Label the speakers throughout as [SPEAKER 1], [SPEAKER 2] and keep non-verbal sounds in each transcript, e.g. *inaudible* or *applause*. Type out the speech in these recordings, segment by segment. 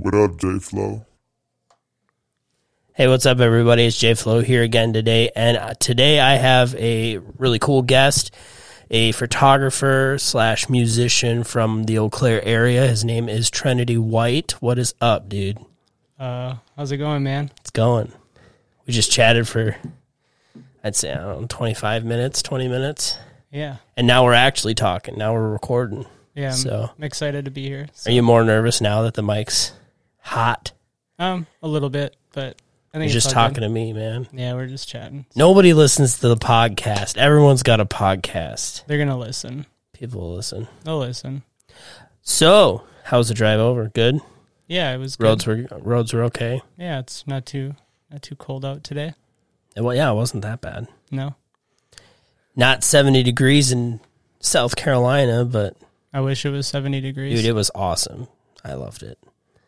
[SPEAKER 1] What up, J Flow?
[SPEAKER 2] Hey, what's up, everybody? It's Jay Flo here again today, and uh, today I have a really cool guest, a photographer slash musician from the Eau Claire area. His name is Trinity White. What is up, dude?
[SPEAKER 3] Uh, how's it going, man?
[SPEAKER 2] It's going. We just chatted for, I'd say, I don't know, twenty five minutes, twenty minutes,
[SPEAKER 3] Yeah,
[SPEAKER 2] and now we're actually talking. Now we're recording.
[SPEAKER 3] yeah. I'm,
[SPEAKER 2] So-
[SPEAKER 3] I'm excited to be here.
[SPEAKER 2] Are you more nervous now that the mic's hot?
[SPEAKER 3] Um, a little bit, but I think
[SPEAKER 2] You're
[SPEAKER 3] it's
[SPEAKER 2] just
[SPEAKER 3] all
[SPEAKER 2] talking to
[SPEAKER 3] good.
[SPEAKER 2] me, man.
[SPEAKER 3] Yeah, we're just chatting.
[SPEAKER 2] Nobody listens to the podcast. Everyone's got a podcast.
[SPEAKER 3] They're gonna listen.
[SPEAKER 2] People listen.
[SPEAKER 3] They'll listen.
[SPEAKER 2] So, how was the drive over? Good.
[SPEAKER 3] Yeah, it was good.
[SPEAKER 2] Roads were roads were okay.
[SPEAKER 3] Yeah, it's not too not too cold out today.
[SPEAKER 2] And, Well, yeah, it wasn't that bad.
[SPEAKER 3] No,
[SPEAKER 2] Not seventy degrees in South Carolina, but
[SPEAKER 3] I wish it was seventy degrees.
[SPEAKER 2] dude, it was awesome. I loved it.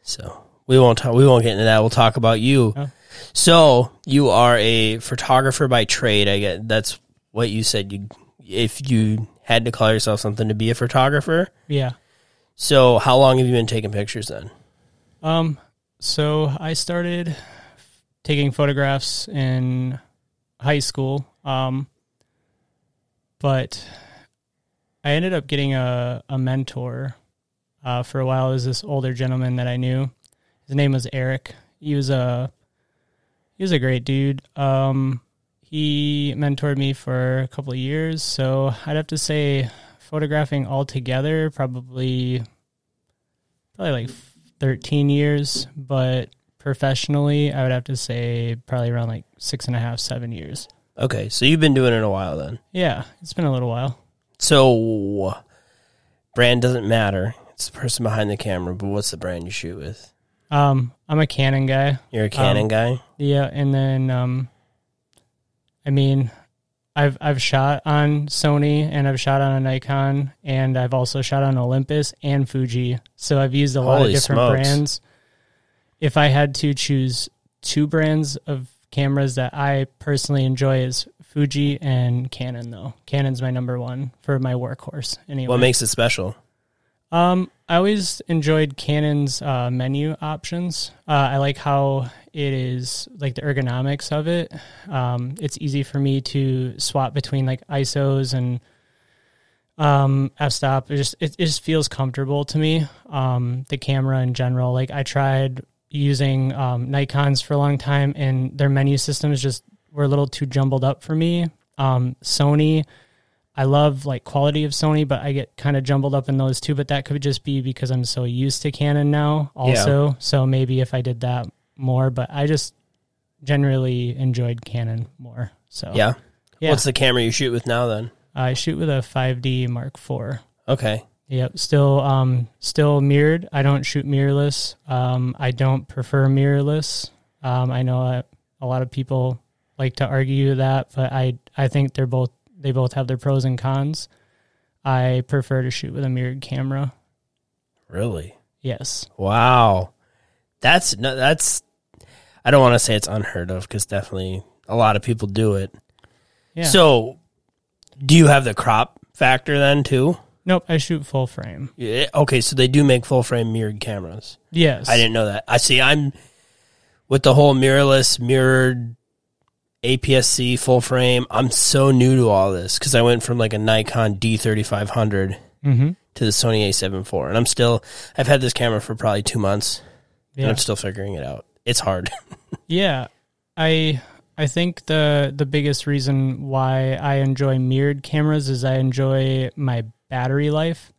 [SPEAKER 2] So we won't talk, we won't get into that. We'll talk about you.
[SPEAKER 3] Oh.
[SPEAKER 2] So you are a photographer by trade. I get that's what you said. You if you had to call yourself something to be a photographer.
[SPEAKER 3] yeah.
[SPEAKER 2] So how long have you been taking pictures then?
[SPEAKER 3] Um, so I started taking photographs in high school. Um, but I ended up getting a, a mentor uh, for a while. It was this older gentleman that I knew. His name was Eric. He was a he was a great dude. Um, he mentored me for a couple of years, so I'd have to say photographing altogether probably probably like 13 years, but professionally, I would have to say probably around like six and a half, seven years.
[SPEAKER 2] Okay, so you've been doing it a while then.
[SPEAKER 3] Yeah, it's been a little while.
[SPEAKER 2] So, brand doesn't matter. It's the person behind the camera, but what's the brand you shoot with?
[SPEAKER 3] Um, I'm a Canon guy.
[SPEAKER 2] You're a Canon
[SPEAKER 3] Um,
[SPEAKER 2] guy?
[SPEAKER 3] Yeah, and then um, I mean, I've I've shot on Sony and I've shot on a Nikon and I've also shot on Olympus and Fuji. So I've used a lot
[SPEAKER 2] Holy
[SPEAKER 3] of different
[SPEAKER 2] smokes.
[SPEAKER 3] brands. If I had to choose two brands of cameras that I personally enjoy is Fuji and Canon though. Canon's my number one for my workhorse anyway.
[SPEAKER 2] What makes it special?
[SPEAKER 3] Um, I always enjoyed Canon's uh, menu options. Uh, I like how it is like the ergonomics of it. Um, it's easy for me to swap between like ISOs and um, f-stop. It just it, it just feels comfortable to me. Um, the camera in general. Like I tried using um, Nikon's for a long time, and their menu systems just were a little too jumbled up for me. Um, Sony. I love like quality of Sony, but I get kind of jumbled up in those too. But that could just be because I'm so used to Canon now, also. So maybe if I did that more, but I just generally enjoyed Canon more. So
[SPEAKER 2] Yeah.
[SPEAKER 3] Oh. Yeah.
[SPEAKER 2] What's the camera you shoot with now then?
[SPEAKER 3] I shoot with a 5D Mark IV.
[SPEAKER 2] Okay.
[SPEAKER 3] Yep, still um still mirrored. I don't shoot mirrorless. Um I don't prefer mirrorless. Um I know I, a lot of people like to argue that, but I I think they're both they both have their pros and cons. I prefer to shoot with a mirrored camera.
[SPEAKER 2] Really?
[SPEAKER 3] Yes.
[SPEAKER 2] Wow. That's no, that's I don't want to say it's unheard of cuz definitely a lot of people do it.
[SPEAKER 3] Yeah.
[SPEAKER 2] So, do you have the crop factor then too?
[SPEAKER 3] nope, I shoot full frame.
[SPEAKER 2] Yeah, okay, so they do make full frame mirrored cameras.
[SPEAKER 3] Yes.
[SPEAKER 2] I didn't know that. I see. I'm with the whole mirrorless, mirrored, APS-C full frame. I'm so new to all this because I went from like a Nikon D3500
[SPEAKER 3] Mhm.
[SPEAKER 2] to the Sony A7 IV, and I'm still. I've had this camera for probably two months, and
[SPEAKER 3] Yeah.
[SPEAKER 2] I'm still figuring it out. It's hard. *laughs*
[SPEAKER 3] Yeah, I I think the the biggest reason why I enjoy mirrored cameras is I enjoy my battery life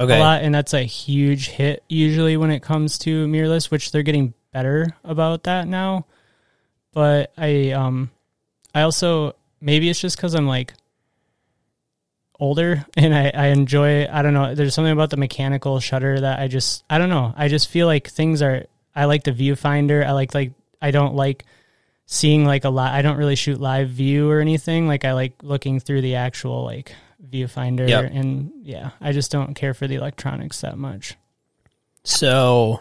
[SPEAKER 2] okay.
[SPEAKER 3] a lot, and that's a huge hit usually when it comes to mirrorless, which they're getting better about that now. But I um I also maybe it's just because I'm like older *laughs* and I, I enjoy I don't know there's something about the mechanical shutter that I just I don't know I just feel like things are I like the viewfinder I like like I don't like seeing like a lot I don't really shoot live view or anything like I like looking through the actual like viewfinder
[SPEAKER 2] Yep.
[SPEAKER 3] and yeah I just don't care for the electronics that much
[SPEAKER 2] So,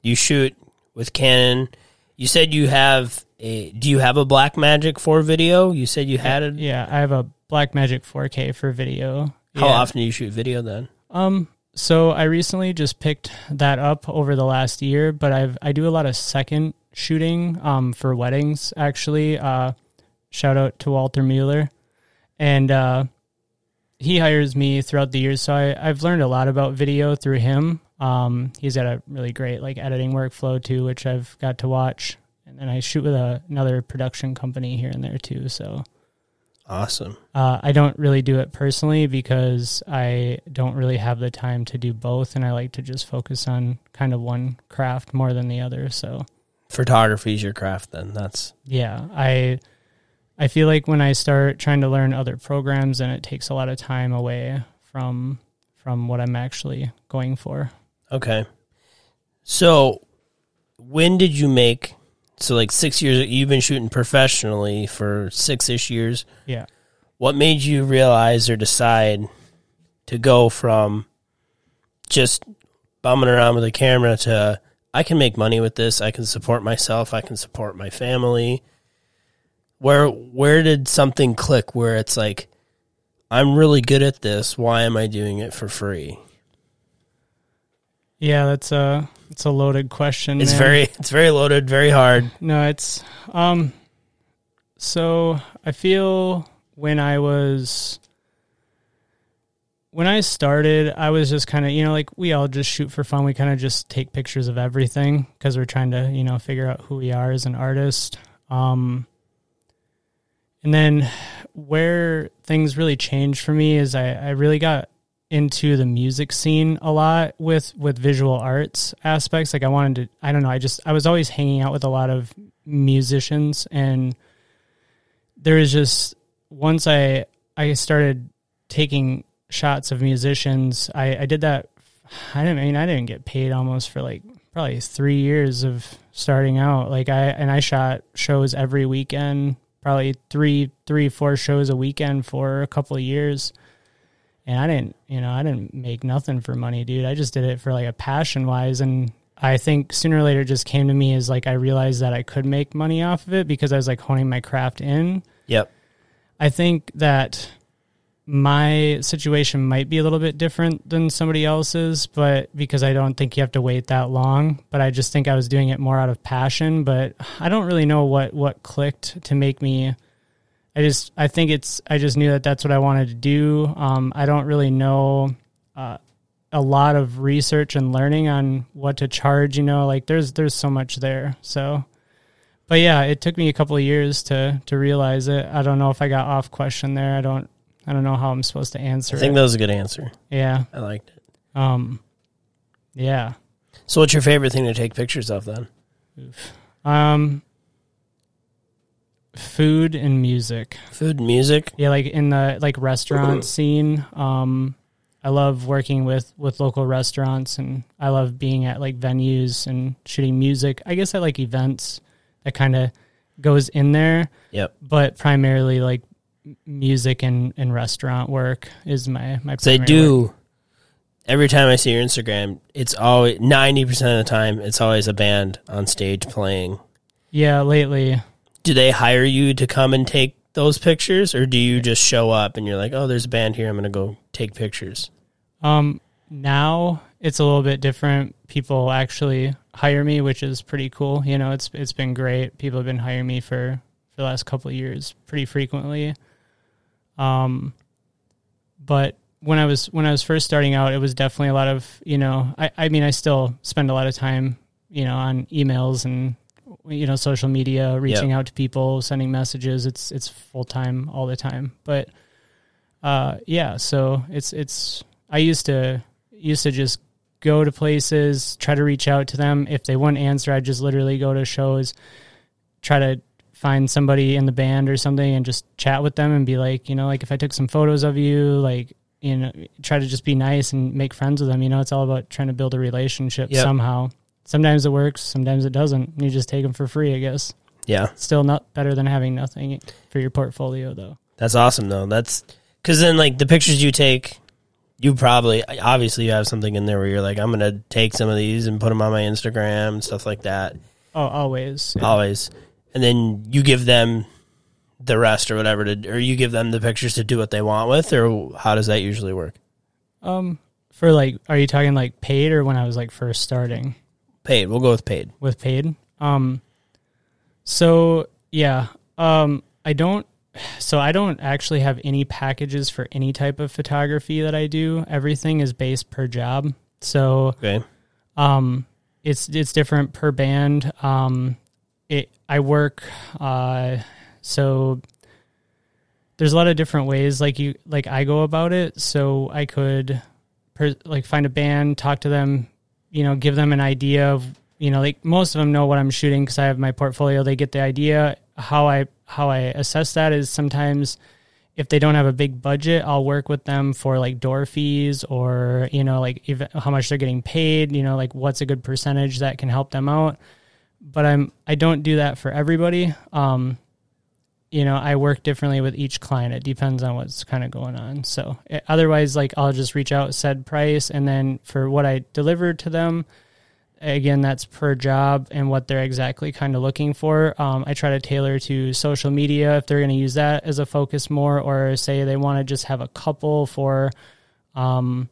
[SPEAKER 2] you shoot with Canon. You said you have a. Do you have a Black Magic 4 video? You said you had it.
[SPEAKER 3] yeah I have a Blackmagic 4K for video
[SPEAKER 2] How
[SPEAKER 3] Yeah.
[SPEAKER 2] often do you shoot video then?
[SPEAKER 3] Um, So I recently just picked that up over the last year, but I've I do a lot of second shooting um, for weddings. Actually, uh, shout out to Walter Mueller, and uh, he hires me throughout the years. So I, I've learned a lot about video through him. Um, he's got a really great like editing workflow too, which I've got to watch. And then I shoot with a, another production company here and there too. So
[SPEAKER 2] Awesome.
[SPEAKER 3] uh, I don't really do it personally because I don't really have the time to do both, and I like to just focus on kind of one craft more than the other. So,
[SPEAKER 2] Photography is your craft then. That's
[SPEAKER 3] yeah, I I feel like when I start trying to learn other programs, and it takes a lot of time away from from what I'm actually going for.
[SPEAKER 2] okay. So when did you make so like six years you've been shooting professionally for six ish years.
[SPEAKER 3] Yeah.
[SPEAKER 2] What made you realize or decide to go from just bumming around with a camera to I can make money with this, I can support myself, I can support my family? Where where did something click where it's like I'm really good at this, why am I doing it for free?
[SPEAKER 3] Yeah, that's a it's a loaded question.
[SPEAKER 2] It's
[SPEAKER 3] man.
[SPEAKER 2] very it's very loaded, very hard.
[SPEAKER 3] No, it's um so I feel when I was when I started, I was just kind of, you know, like we all just shoot for fun. We kind of just take pictures of everything because we're trying to, you know, figure out who we are as an artist. Um and then where things really changed for me is I, I really got into the music scene a lot with with visual arts aspects like i wanted to i don't know i just i was always hanging out with a lot of musicians and there is just once i i started taking shots of musicians i i did that i didn't I mean i didn't get paid almost for like probably three years of starting out like i and i shot shows every weekend probably three three four shows a weekend for a couple of years and I didn't, you know, I didn't make nothing for money, dude. I just did it for like a passion wise. And I think sooner or later it just came to me as like I realized that I could make money off of it because I was like honing my craft in.
[SPEAKER 2] Yep.
[SPEAKER 3] I think that my situation might be a little bit different than somebody else's, but because I don't think you have to wait that long, but I just think I was doing it more out of passion, but I don't really know what what clicked to make me I just I think it's I just knew that that's what I wanted to do. Um I don't really know uh a lot of research and learning on what to charge, you know, like there's there's so much there. So but yeah, it took me a couple of years to to realize it. I don't know if I got off question there. I don't I don't know how I'm supposed to answer
[SPEAKER 2] I think
[SPEAKER 3] it.
[SPEAKER 2] that was a good answer.
[SPEAKER 3] yeah.
[SPEAKER 2] I liked it.
[SPEAKER 3] Um yeah.
[SPEAKER 2] So what's your favorite thing to take pictures of then?
[SPEAKER 3] Um food and music.
[SPEAKER 2] Food and music?
[SPEAKER 3] Yeah, like in the
[SPEAKER 2] *clears throat*
[SPEAKER 3] like restaurant scene. Um I love working with with local restaurants and I love being at like venues and shooting music. I guess I like events that kind of goes in there.
[SPEAKER 2] Yep.
[SPEAKER 3] but primarily like m- music and, and restaurant work is my my.
[SPEAKER 2] They
[SPEAKER 3] primary
[SPEAKER 2] do.
[SPEAKER 3] work.
[SPEAKER 2] Every time I see your Instagram, it's always ninety percent of the time it's always a band on stage playing.
[SPEAKER 3] Yeah, lately.
[SPEAKER 2] Do they hire you to come and take those pictures, or do you just show up and you're like, "Oh, there's a band here. I'm going to go take pictures."
[SPEAKER 3] Um, now it's a little bit different. People actually hire me, which is pretty cool. You know, it's it's been great. People have been hiring me for for the last couple of years pretty frequently. Um, but when I was when I was first starting out, it was definitely a lot of you know. I I mean, I still spend a lot of time you know on emails and you know social media, reaching out to people, sending messages. It's it's full time all the time, but uh yeah so it's it's i used to used to just go to places try to reach out to them if they wouldn't answer i'd just literally go to shows try to find somebody in the band or something and just chat with them and be like you know like if i took some photos of you like you know try to just be nice and make friends with them you know it's all about trying to build a relationship
[SPEAKER 2] Yep.
[SPEAKER 3] somehow sometimes it works sometimes it doesn't you just take them for free i guess
[SPEAKER 2] Yeah,
[SPEAKER 3] still not better than having nothing for your portfolio though
[SPEAKER 2] that's awesome though. That's because then like the pictures you take, you probably obviously you have something in there where you're like, "I'm going to take some of these and put them on my Instagram and stuff like that."
[SPEAKER 3] oh always
[SPEAKER 2] always. And then you give them the rest or whatever to, or you give them the pictures to do what they want with, or how does that usually work?
[SPEAKER 3] Um, For like, are you talking like paid or when I was like first starting
[SPEAKER 2] Paid. We'll go with paid.
[SPEAKER 3] with paid? Um, so yeah, um, I don't. So I don't actually have any packages for any type of photography that I do. Everything is based per job. So
[SPEAKER 2] Okay.
[SPEAKER 3] um, it's it's different per band. Um, it I work uh, so there's a lot of different ways like you like I go about it. So I could per, like find a band, talk to them, you know, give them an idea of you know like most of them know what I'm shooting because I have my portfolio. They get the idea. How I how I assess that is sometimes if they don't have a big budget, I'll work with them for like door fees or you know like if, how much they're getting paid. You know like what's a good percentage that can help them out. But I'm I don't do that for everybody. Um, you know I work differently with each client. It depends on what's kind of going on. So eh, otherwise, like I'll just reach out said price, and then for what I deliver to them. Again, that's per job and what they're exactly kind of looking for. Um, I try to tailor to social media if they're going to use that as a focus more, or say they want to just have a couple for, um,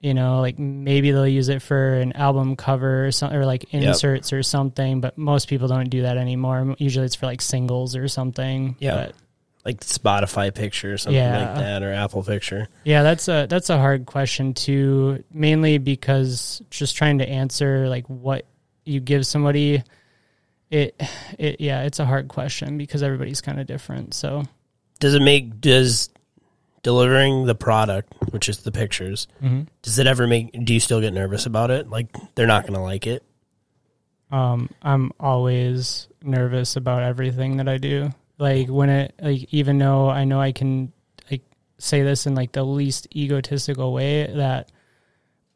[SPEAKER 3] you know, like maybe they'll use it for an album cover or, some, or like inserts or something. But most people don't do that anymore. Usually, it's for like singles or something.
[SPEAKER 2] Yeah.
[SPEAKER 3] But-
[SPEAKER 2] Like Spotify picture or something
[SPEAKER 3] Yeah.
[SPEAKER 2] like that or Apple picture.
[SPEAKER 3] Yeah, that's a that's a hard question too, mainly because just trying to answer like what you give somebody it it yeah, it's a hard question because everybody's kind of different. So,
[SPEAKER 2] Does it make does delivering the product, which is the pictures, does it ever make do you still get nervous about it? Like they're not gonna like it.
[SPEAKER 3] um I'm always nervous about everything that I do. Like when it like even though I know I can like say this in like the least egotistical way that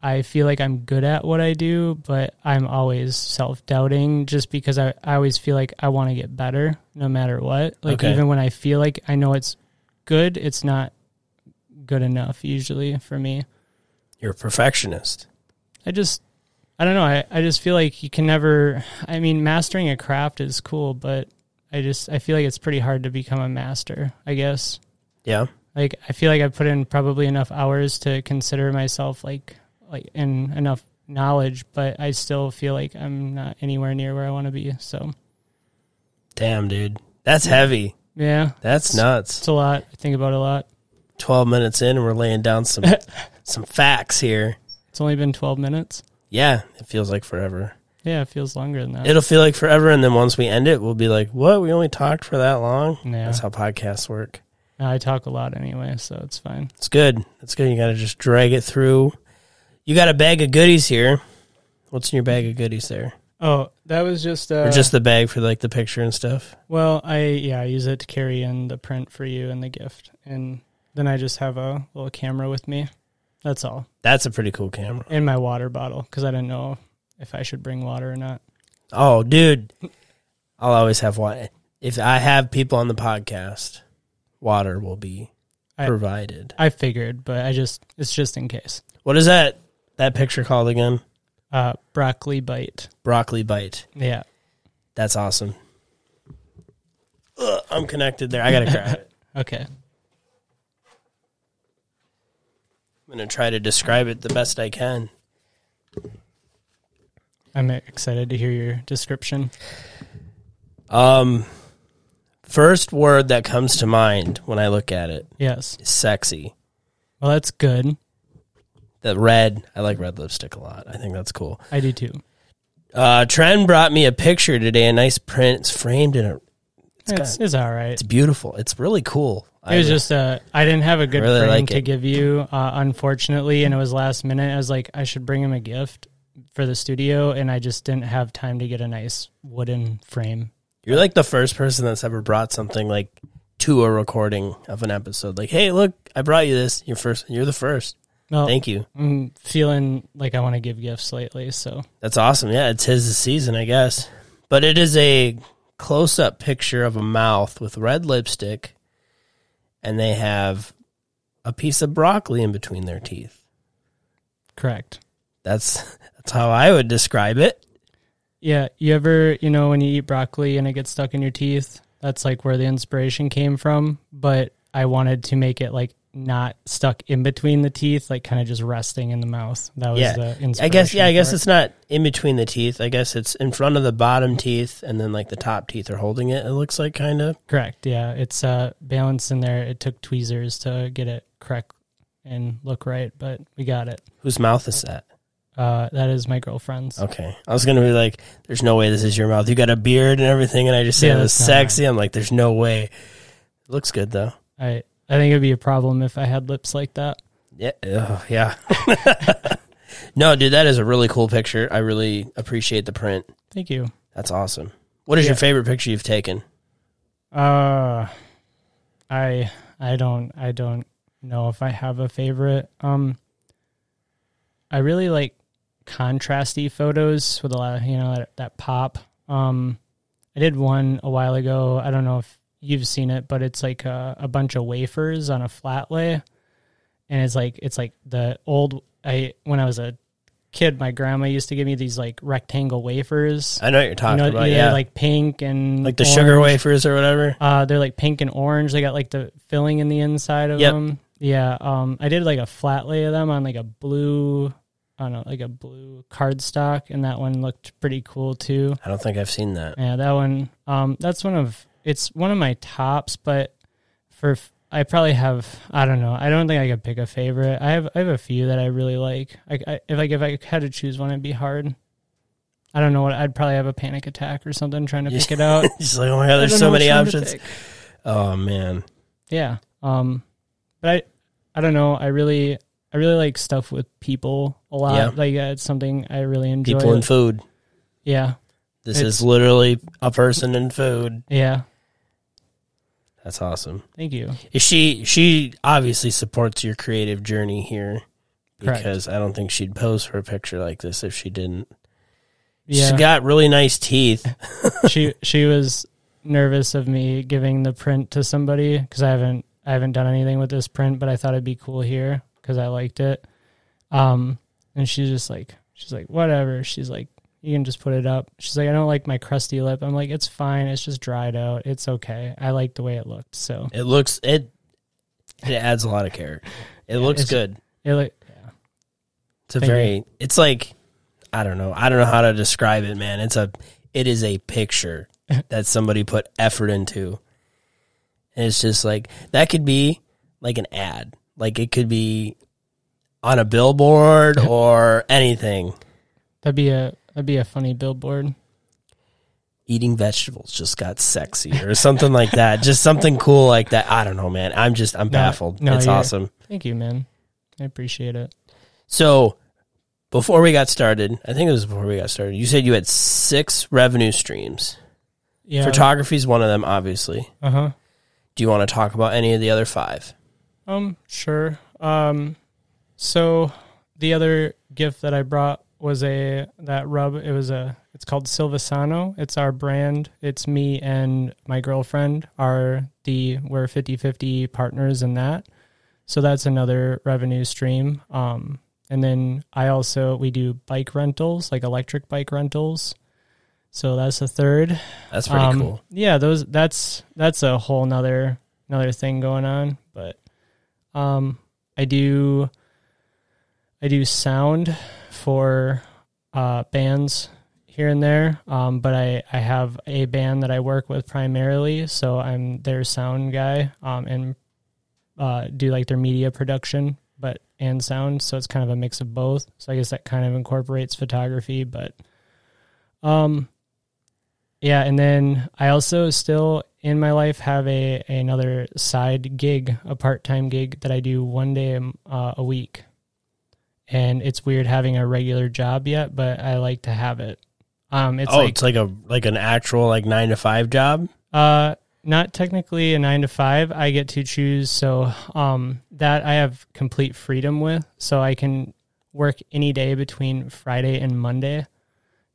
[SPEAKER 3] I feel like I'm good at what I do, but I'm always self-doubting just because I, I always feel like I want to get better no matter what. Like
[SPEAKER 2] Okay.
[SPEAKER 3] even when I feel like I know it's good, it's not good enough usually for me.
[SPEAKER 2] You're a perfectionist.
[SPEAKER 3] I just I don't know. I, I just feel like you can never I mean mastering a craft is cool, but I just I feel like it's pretty hard to become a master, I guess.
[SPEAKER 2] Yeah.
[SPEAKER 3] Like I feel like I've put in probably enough hours to consider myself like like in enough knowledge, but I still feel like I'm not anywhere near where I want to be. So
[SPEAKER 2] Damn, dude. That's heavy.
[SPEAKER 3] yeah.
[SPEAKER 2] That's nuts.
[SPEAKER 3] It's a lot. I think about it a lot.
[SPEAKER 2] 12 minutes in and we're laying down
[SPEAKER 3] *laughs*
[SPEAKER 2] some some facts here.
[SPEAKER 3] It's only been twelve minutes.
[SPEAKER 2] Yeah, it feels like forever.
[SPEAKER 3] Yeah, it feels longer than that.
[SPEAKER 2] It'll feel like forever and then once we end it, we'll be like, "What? We only talked for that long?"
[SPEAKER 3] Yeah.
[SPEAKER 2] That's how podcasts work.
[SPEAKER 3] No, I talk a lot anyway, so it's fine.
[SPEAKER 2] It's good. It's good. You got to just drag it through. You got a bag of goodies here. What's in your bag of goodies there?
[SPEAKER 3] Oh, that was just uh
[SPEAKER 2] or just the bag for like the picture and stuff?
[SPEAKER 3] Well, I yeah, I use it to carry in the print for you and the gift, and then I just have a little camera with me. That's all,
[SPEAKER 2] That's a pretty cool camera.
[SPEAKER 3] and my water bottle because I didn't know if I should bring water or not.
[SPEAKER 2] Oh, dude. I'll always have water. If I have people on the podcast, water will be
[SPEAKER 3] I-
[SPEAKER 2] provided.
[SPEAKER 3] I figured, but I just it's just in case.
[SPEAKER 2] What is that that picture called again?
[SPEAKER 3] Uh, broccoli bite.
[SPEAKER 2] Broccoli bite.
[SPEAKER 3] Yeah,
[SPEAKER 2] That's awesome. Ugh, I'm connected there. I gotta grab it.
[SPEAKER 3] okay.
[SPEAKER 2] I'm gonna try to describe it the best I can.
[SPEAKER 3] I'm excited to hear your description.
[SPEAKER 2] Um, first word that comes to mind when I look at it
[SPEAKER 3] Yes.
[SPEAKER 2] is sexy.
[SPEAKER 3] Well, that's good.
[SPEAKER 2] The red. I like red lipstick a lot. I think that's cool.
[SPEAKER 3] I do too.
[SPEAKER 2] Uh, Trend brought me a picture today. A nice print. It's framed and it-
[SPEAKER 3] It's it's, all right.
[SPEAKER 2] it's beautiful. It's really cool.
[SPEAKER 3] It was just uh, I didn't have a good
[SPEAKER 2] really
[SPEAKER 3] frame
[SPEAKER 2] like
[SPEAKER 3] to
[SPEAKER 2] it.
[SPEAKER 3] give you, uh, unfortunately, and it was last minute. I was like, I should bring him a gift for the studio, and I just didn't have time to get a nice wooden frame.
[SPEAKER 2] You're like the first person that's ever brought something like to a recording of an episode. Like, hey, look, I brought you this. You're first. You're the first.
[SPEAKER 3] Well,
[SPEAKER 2] Thank you.
[SPEAKER 3] I'm feeling like I want to give gifts lately, so
[SPEAKER 2] That's awesome. Yeah, it's his season, I guess. But it is a close up picture of a mouth with red lipstick, and they have a piece of broccoli in between their teeth.
[SPEAKER 3] correct.
[SPEAKER 2] That's that's how I would describe it.
[SPEAKER 3] Yeah, you ever you know when you eat broccoli and it gets stuck in your teeth? That's like where the inspiration came from. But I wanted to make it like not stuck in between the teeth, like kind of just resting in the mouth. That was
[SPEAKER 2] Yeah.
[SPEAKER 3] the inspiration.
[SPEAKER 2] I guess yeah, I
[SPEAKER 3] for
[SPEAKER 2] guess
[SPEAKER 3] it.
[SPEAKER 2] it's not in between the teeth. I guess it's in front of the bottom teeth and then like the top teeth are holding it. It looks like kind of.
[SPEAKER 3] correct. Yeah, it's uh, balanced in there. It took tweezers to get it correct and look right, but we got it.
[SPEAKER 2] Whose mouth is that?
[SPEAKER 3] Uh, that is my girlfriend's.
[SPEAKER 2] Okay. I was going to be like there's no way this is your mouth. You got a beard and everything and I just said
[SPEAKER 3] Yeah,
[SPEAKER 2] it was
[SPEAKER 3] that's not
[SPEAKER 2] sexy. I'm like there's no way. Looks good though.
[SPEAKER 3] I I think it'd be a problem if I had lips like that.
[SPEAKER 2] Yeah. Oh, yeah. *laughs* no, dude, that is a really cool picture. I really appreciate the print.
[SPEAKER 3] Thank you.
[SPEAKER 2] That's awesome. What is your
[SPEAKER 3] Yeah.
[SPEAKER 2] favorite picture you've taken?
[SPEAKER 3] Uh, I I don't I don't know if I have a favorite. Um, I really like contrasty photos with a lot of you know that, that pop. Um, I did one a while ago. I don't know if you've seen it, but it's like a, a bunch of wafers on a flat lay, and it's like it's like the old I when I was a kid, my grandma used to give me these like rectangle wafers.
[SPEAKER 2] I know what you're
[SPEAKER 3] You
[SPEAKER 2] talking
[SPEAKER 3] know,
[SPEAKER 2] about.
[SPEAKER 3] either
[SPEAKER 2] Yeah. Like,
[SPEAKER 3] like pink and
[SPEAKER 2] the sugar
[SPEAKER 3] orange.
[SPEAKER 2] wafers or whatever.
[SPEAKER 3] Uh, they're like pink and orange. They got like the filling in the inside of
[SPEAKER 2] Yep.
[SPEAKER 3] them. Yeah. Um, I did like a flat lay of them on like a blue, I don't know, like a blue cardstock, and that one looked pretty cool too.
[SPEAKER 2] I don't think I've seen that.
[SPEAKER 3] Yeah, that one. Um, that's one of it's one of my tops, but for f- I probably have I don't know. I don't think I could pick a favorite. I have I have a few that I really like. I, I if like if I had to choose one, it'd be hard. I don't know what I'd probably have a panic attack or something trying to pick it out.
[SPEAKER 2] Just like, oh my god,
[SPEAKER 3] I
[SPEAKER 2] *laughs* there's
[SPEAKER 3] don't
[SPEAKER 2] so
[SPEAKER 3] know
[SPEAKER 2] many
[SPEAKER 3] which one to
[SPEAKER 2] options.
[SPEAKER 3] pick.
[SPEAKER 2] Oh man.
[SPEAKER 3] Yeah. Um but I I don't know. I really I really like stuff with people a lot.
[SPEAKER 2] Yeah.
[SPEAKER 3] Like uh, it's something I really enjoy.
[SPEAKER 2] People and food.
[SPEAKER 3] yeah.
[SPEAKER 2] This
[SPEAKER 3] It's-
[SPEAKER 2] is literally a person and food.
[SPEAKER 3] Yeah.
[SPEAKER 2] That's awesome.
[SPEAKER 3] Thank you.
[SPEAKER 2] She she obviously supports your creative journey here.
[SPEAKER 3] Correct.
[SPEAKER 2] Because I don't think she'd pose for a picture like this if she didn't.
[SPEAKER 3] Yeah.
[SPEAKER 2] She's got really nice teeth.
[SPEAKER 3] *laughs* she she was nervous of me giving the print to somebody because I haven't I haven't done anything with this print, but I thought it'd be cool here because I liked it. Um, and she's just like she's like whatever. She's like you can just put it up. She's like I don't like my crusty lip. I'm like it's fine. It's just dried out. It's okay. I like the way it looked. So
[SPEAKER 2] *laughs* It looks it it adds a lot of character. It looks
[SPEAKER 3] it's-
[SPEAKER 2] good.
[SPEAKER 3] it look
[SPEAKER 2] It's a
[SPEAKER 3] Thank you.
[SPEAKER 2] very it's like I don't know. I don't know how to describe it, man. It's a it is a picture
[SPEAKER 3] *laughs*
[SPEAKER 2] that somebody put effort into. And it's just like that could be like an ad. Like it could be on a
[SPEAKER 3] *laughs*
[SPEAKER 2] billboard or anything.
[SPEAKER 3] that'd be a that'd be a funny billboard.
[SPEAKER 2] Eating vegetables just got sexy or something like
[SPEAKER 3] *laughs*
[SPEAKER 2] that. Just something cool like that. I don't know, man. I'm just I'm baffled.
[SPEAKER 3] no,
[SPEAKER 2] it's
[SPEAKER 3] you're-
[SPEAKER 2] awesome.
[SPEAKER 3] Thank you, man. I appreciate it.
[SPEAKER 2] So before we got started, I think it was before we got started, you said you had six revenue streams.
[SPEAKER 3] Yeah.
[SPEAKER 2] Photography is one of them, obviously.
[SPEAKER 3] uh huh.
[SPEAKER 2] Do you want to talk about any of the other five?
[SPEAKER 3] Um, sure. Um, so the other gift that I brought was a that rub. It was a. It's called Silvasano. It's our brand. It's me and my girlfriend are the we're 50-50 partners in that. So that's another revenue stream. Um, and then I also we do bike rentals, like electric bike rentals. So that's the third.
[SPEAKER 2] That's pretty
[SPEAKER 3] Um,
[SPEAKER 2] cool.
[SPEAKER 3] Yeah, those that's that's a whole nother another thing going on. But um I do I do sound for uh bands here and there. Um but I, I have a band that I work with primarily, so I'm their sound guy um and uh do like their media production but and sound, so it's kind of a mix of both. So I guess that kind of incorporates photography, but um yeah, and then I also still in my life have a another side gig, a part time gig that I do one day um, uh, a week. And it's weird having a regular job yet, but I like to have it. Um, it's
[SPEAKER 2] oh,
[SPEAKER 3] like
[SPEAKER 2] it's like a like an actual like nine to five job.
[SPEAKER 3] uh, not technically a nine to five. I get to choose. So um, that I have complete freedom with. So I can work any day between Friday and Monday,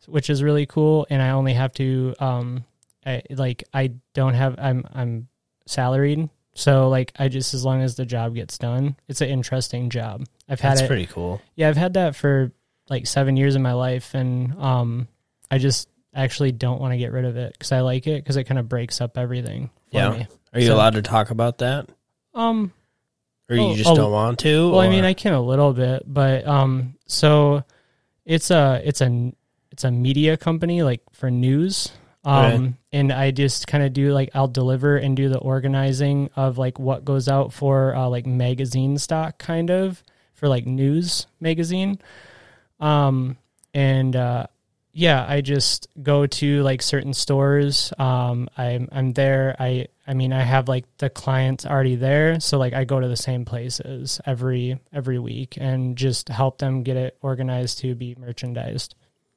[SPEAKER 3] which is really cool. And I only have to um, I, like I don't have I'm I'm salaried. So like I just as long as the job gets done, it's an interesting job. I've had
[SPEAKER 2] That's
[SPEAKER 3] it.
[SPEAKER 2] pretty cool.
[SPEAKER 3] Yeah, I've had that for like seven years of my life, and um, I just actually don't want to get rid of it because I like it because it kind of breaks up everything. For
[SPEAKER 2] Yeah.
[SPEAKER 3] Me.
[SPEAKER 2] Are you
[SPEAKER 3] So-
[SPEAKER 2] allowed to talk about that?
[SPEAKER 3] Um,
[SPEAKER 2] or you
[SPEAKER 3] Oh,
[SPEAKER 2] just
[SPEAKER 3] oh,
[SPEAKER 2] don't want to?
[SPEAKER 3] Well, I
[SPEAKER 2] or-
[SPEAKER 3] mean, I can a little bit, but um, so it's a it's a it's a media company like for news. Um, and I just kind of do like I'll deliver and do the organizing of like what goes out for uh, like magazine stock, kind of for like news magazine. Um, and uh, yeah, I just go to like certain stores. Um, I'm I'm there. I I mean, I have like the clients already there, so like I go to the same places every every week and just help them get it organized to be merchandised.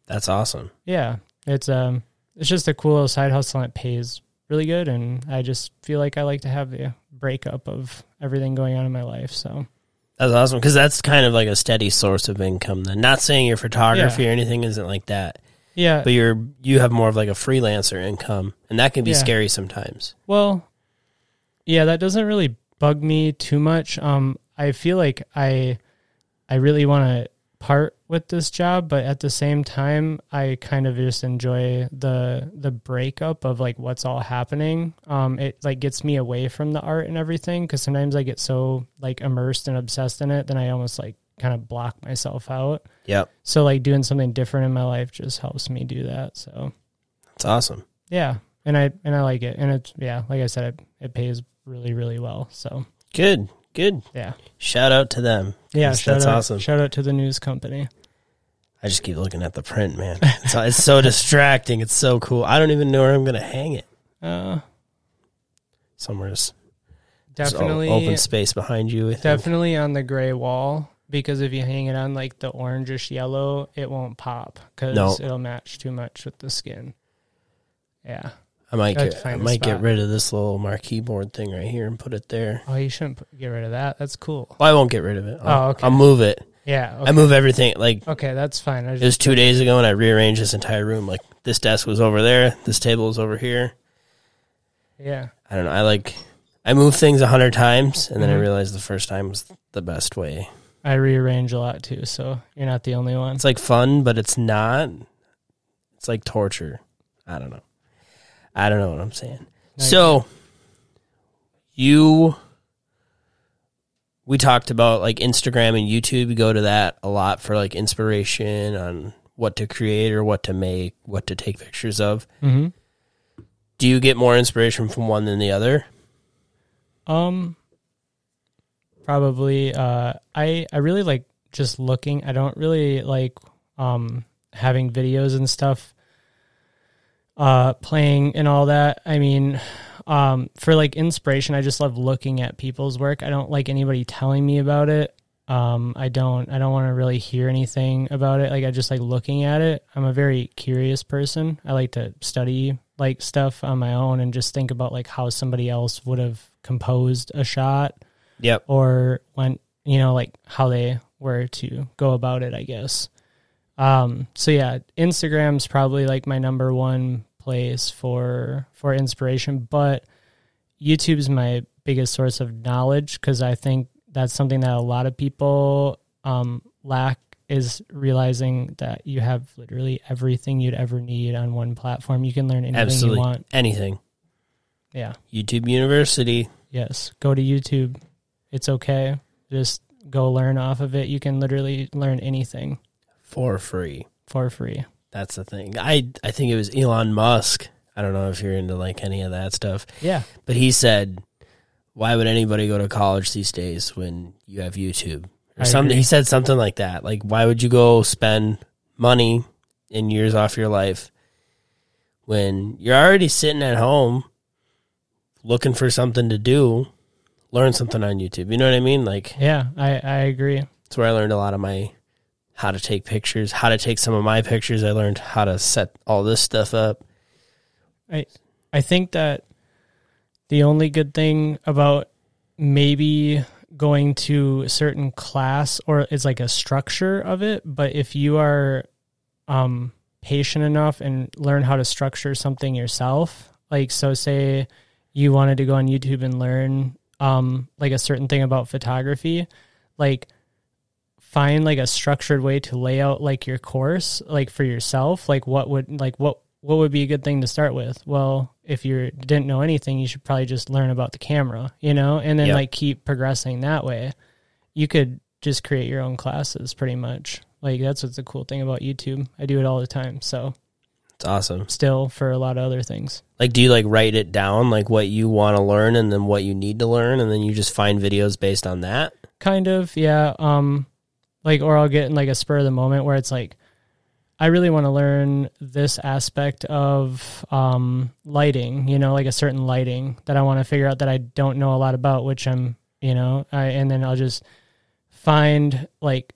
[SPEAKER 2] that's awesome.
[SPEAKER 3] Yeah, it's um, it's just a cool little side hustle and it pays really good, and I just feel like I like to have the breakup of everything going on in my life. So
[SPEAKER 2] That's awesome because that's kind of like a steady source of income. Then, not saying your photography or anything isn't like that,
[SPEAKER 3] yeah,
[SPEAKER 2] but you're you have more of like a freelancer income, and that can be
[SPEAKER 3] Yeah.
[SPEAKER 2] scary sometimes.
[SPEAKER 3] Well, yeah, that doesn't really bug me too much. Um, I feel like I, I really want to part with this job, but at the same time, I kind of just enjoy the the breakup of like what's all happening. Um, it like gets me away from the art and everything because sometimes I get so like immersed and obsessed in it, then I almost like kind of block myself out.
[SPEAKER 2] Yep,
[SPEAKER 3] So like doing something different in my life just helps me do that. So
[SPEAKER 2] that's awesome.
[SPEAKER 3] yeah and i and i like it and it's yeah like i said it, it pays really really well so
[SPEAKER 2] Good, good.
[SPEAKER 3] yeah
[SPEAKER 2] Shout out to them.
[SPEAKER 3] yeah
[SPEAKER 2] That's-
[SPEAKER 3] shout
[SPEAKER 2] that's
[SPEAKER 3] out,
[SPEAKER 2] awesome.
[SPEAKER 3] shout out to the news company
[SPEAKER 2] I just keep looking at the print, man. It's, it's so distracting. It's so cool. I don't even know where I'm gonna hang it.
[SPEAKER 3] uh
[SPEAKER 2] Somewhere s- there's o-
[SPEAKER 3] definitely
[SPEAKER 2] open space behind you. I think.
[SPEAKER 3] definitely on the gray wall because if you hang it on like the orangish yellow it won't pop because
[SPEAKER 2] No.
[SPEAKER 3] it'll match too much with the skin yeah
[SPEAKER 2] I might
[SPEAKER 3] Got to
[SPEAKER 2] get, I
[SPEAKER 3] find a
[SPEAKER 2] might get
[SPEAKER 3] spot.
[SPEAKER 2] rid of this little marquee board thing right here and put it there.
[SPEAKER 3] oh you shouldn't put, get rid of that that's cool
[SPEAKER 2] Well, I won't get rid of it. I'll,
[SPEAKER 3] Oh, okay.
[SPEAKER 2] I'll move it.
[SPEAKER 3] yeah
[SPEAKER 2] I
[SPEAKER 3] okay,
[SPEAKER 2] move everything. Like
[SPEAKER 3] okay that's fine i
[SPEAKER 2] it was
[SPEAKER 3] just
[SPEAKER 2] two days ago, and I rearranged this entire room. Like this desk was over there, this table was over here.
[SPEAKER 3] yeah
[SPEAKER 2] I don't know. I like I move things a hundred times, and then I
[SPEAKER 3] Mhm.
[SPEAKER 2] realized the first time was the best way.
[SPEAKER 3] i rearrange a lot too so you're not the only one
[SPEAKER 2] It's like fun, but it's not. It's like torture. I don't know. I don't know what I'm saying.
[SPEAKER 3] Nice.
[SPEAKER 2] So you we talked about like Instagram and YouTube, you go to that a lot for like inspiration on what to create or what to make, what to take pictures of.
[SPEAKER 3] mm-hmm.
[SPEAKER 2] Do you get more inspiration from one than the other?
[SPEAKER 3] Um, probably. Uh, I I really like just looking. I don't really like um having videos and stuff. Uh, playing and all that. I mean, um, for like inspiration, I just love looking at people's work. I don't like anybody telling me about it. Um, I don't. I don't want to really hear anything about it. Like I just like looking at it. I'm a very curious person. I like to study like stuff on my own and just think about like how somebody else would have composed a shot
[SPEAKER 2] Yep.
[SPEAKER 3] or when you know like how they were to go about it i guess um so yeah instagram's probably like my number one place for for inspiration but youtube's my biggest source of knowledge because i think that's something that a lot of people um lack is realizing that you have literally everything you'd ever need on one platform you can learn anything you
[SPEAKER 2] Absolutely.
[SPEAKER 3] want
[SPEAKER 2] Anything.
[SPEAKER 3] yeah
[SPEAKER 2] YouTube University.
[SPEAKER 3] Yes, go to YouTube. It's okay. Just go learn off of it. You can literally learn anything
[SPEAKER 2] for free.
[SPEAKER 3] for free.
[SPEAKER 2] That's the thing. I I think it was Elon Musk. I don't know if you're into like any of that stuff,
[SPEAKER 3] Yeah.
[SPEAKER 2] but he said, "Why would anybody go to college these days when you have YouTube?" Or
[SPEAKER 3] I
[SPEAKER 2] something.
[SPEAKER 3] agree.
[SPEAKER 2] He said something like that. Like, why would you go spend money and years off your life when you're already sitting at home looking for something to do? Learn something on YouTube. You know what I mean? Like,
[SPEAKER 3] Yeah, I, I agree.
[SPEAKER 2] it's where I learned a lot of my how to take pictures, how to take some of my pictures. I learned how to set all this stuff up.
[SPEAKER 3] I I think that the only good thing about maybe going to a certain class or it's like a structure of it, but if you are um patient enough and learn how to structure something yourself, like so say you wanted to go on YouTube and learn um like a certain thing about photography, like find like a structured way to lay out like your course like for yourself like what would like what what would be a good thing to start with well if you didn't know anything, you should probably just learn about the camera, you know, and then
[SPEAKER 2] Yep.
[SPEAKER 3] like keep progressing that way. You could just create your own classes pretty much. Like that's what's the cool thing about YouTube. I do it all the time. So
[SPEAKER 2] It's awesome.
[SPEAKER 3] still for a lot of other things.
[SPEAKER 2] Like, do you like write it down, like what you want to learn and then what you need to learn, and then you just find videos based on that?
[SPEAKER 3] Kind of, yeah. Um like or I'll get in like a spur of the moment where it's like I really want to learn this aspect of um lighting, you know, like a certain lighting that I want to figure out that I don't know a lot about, which I'm, you know, I and then I'll just find like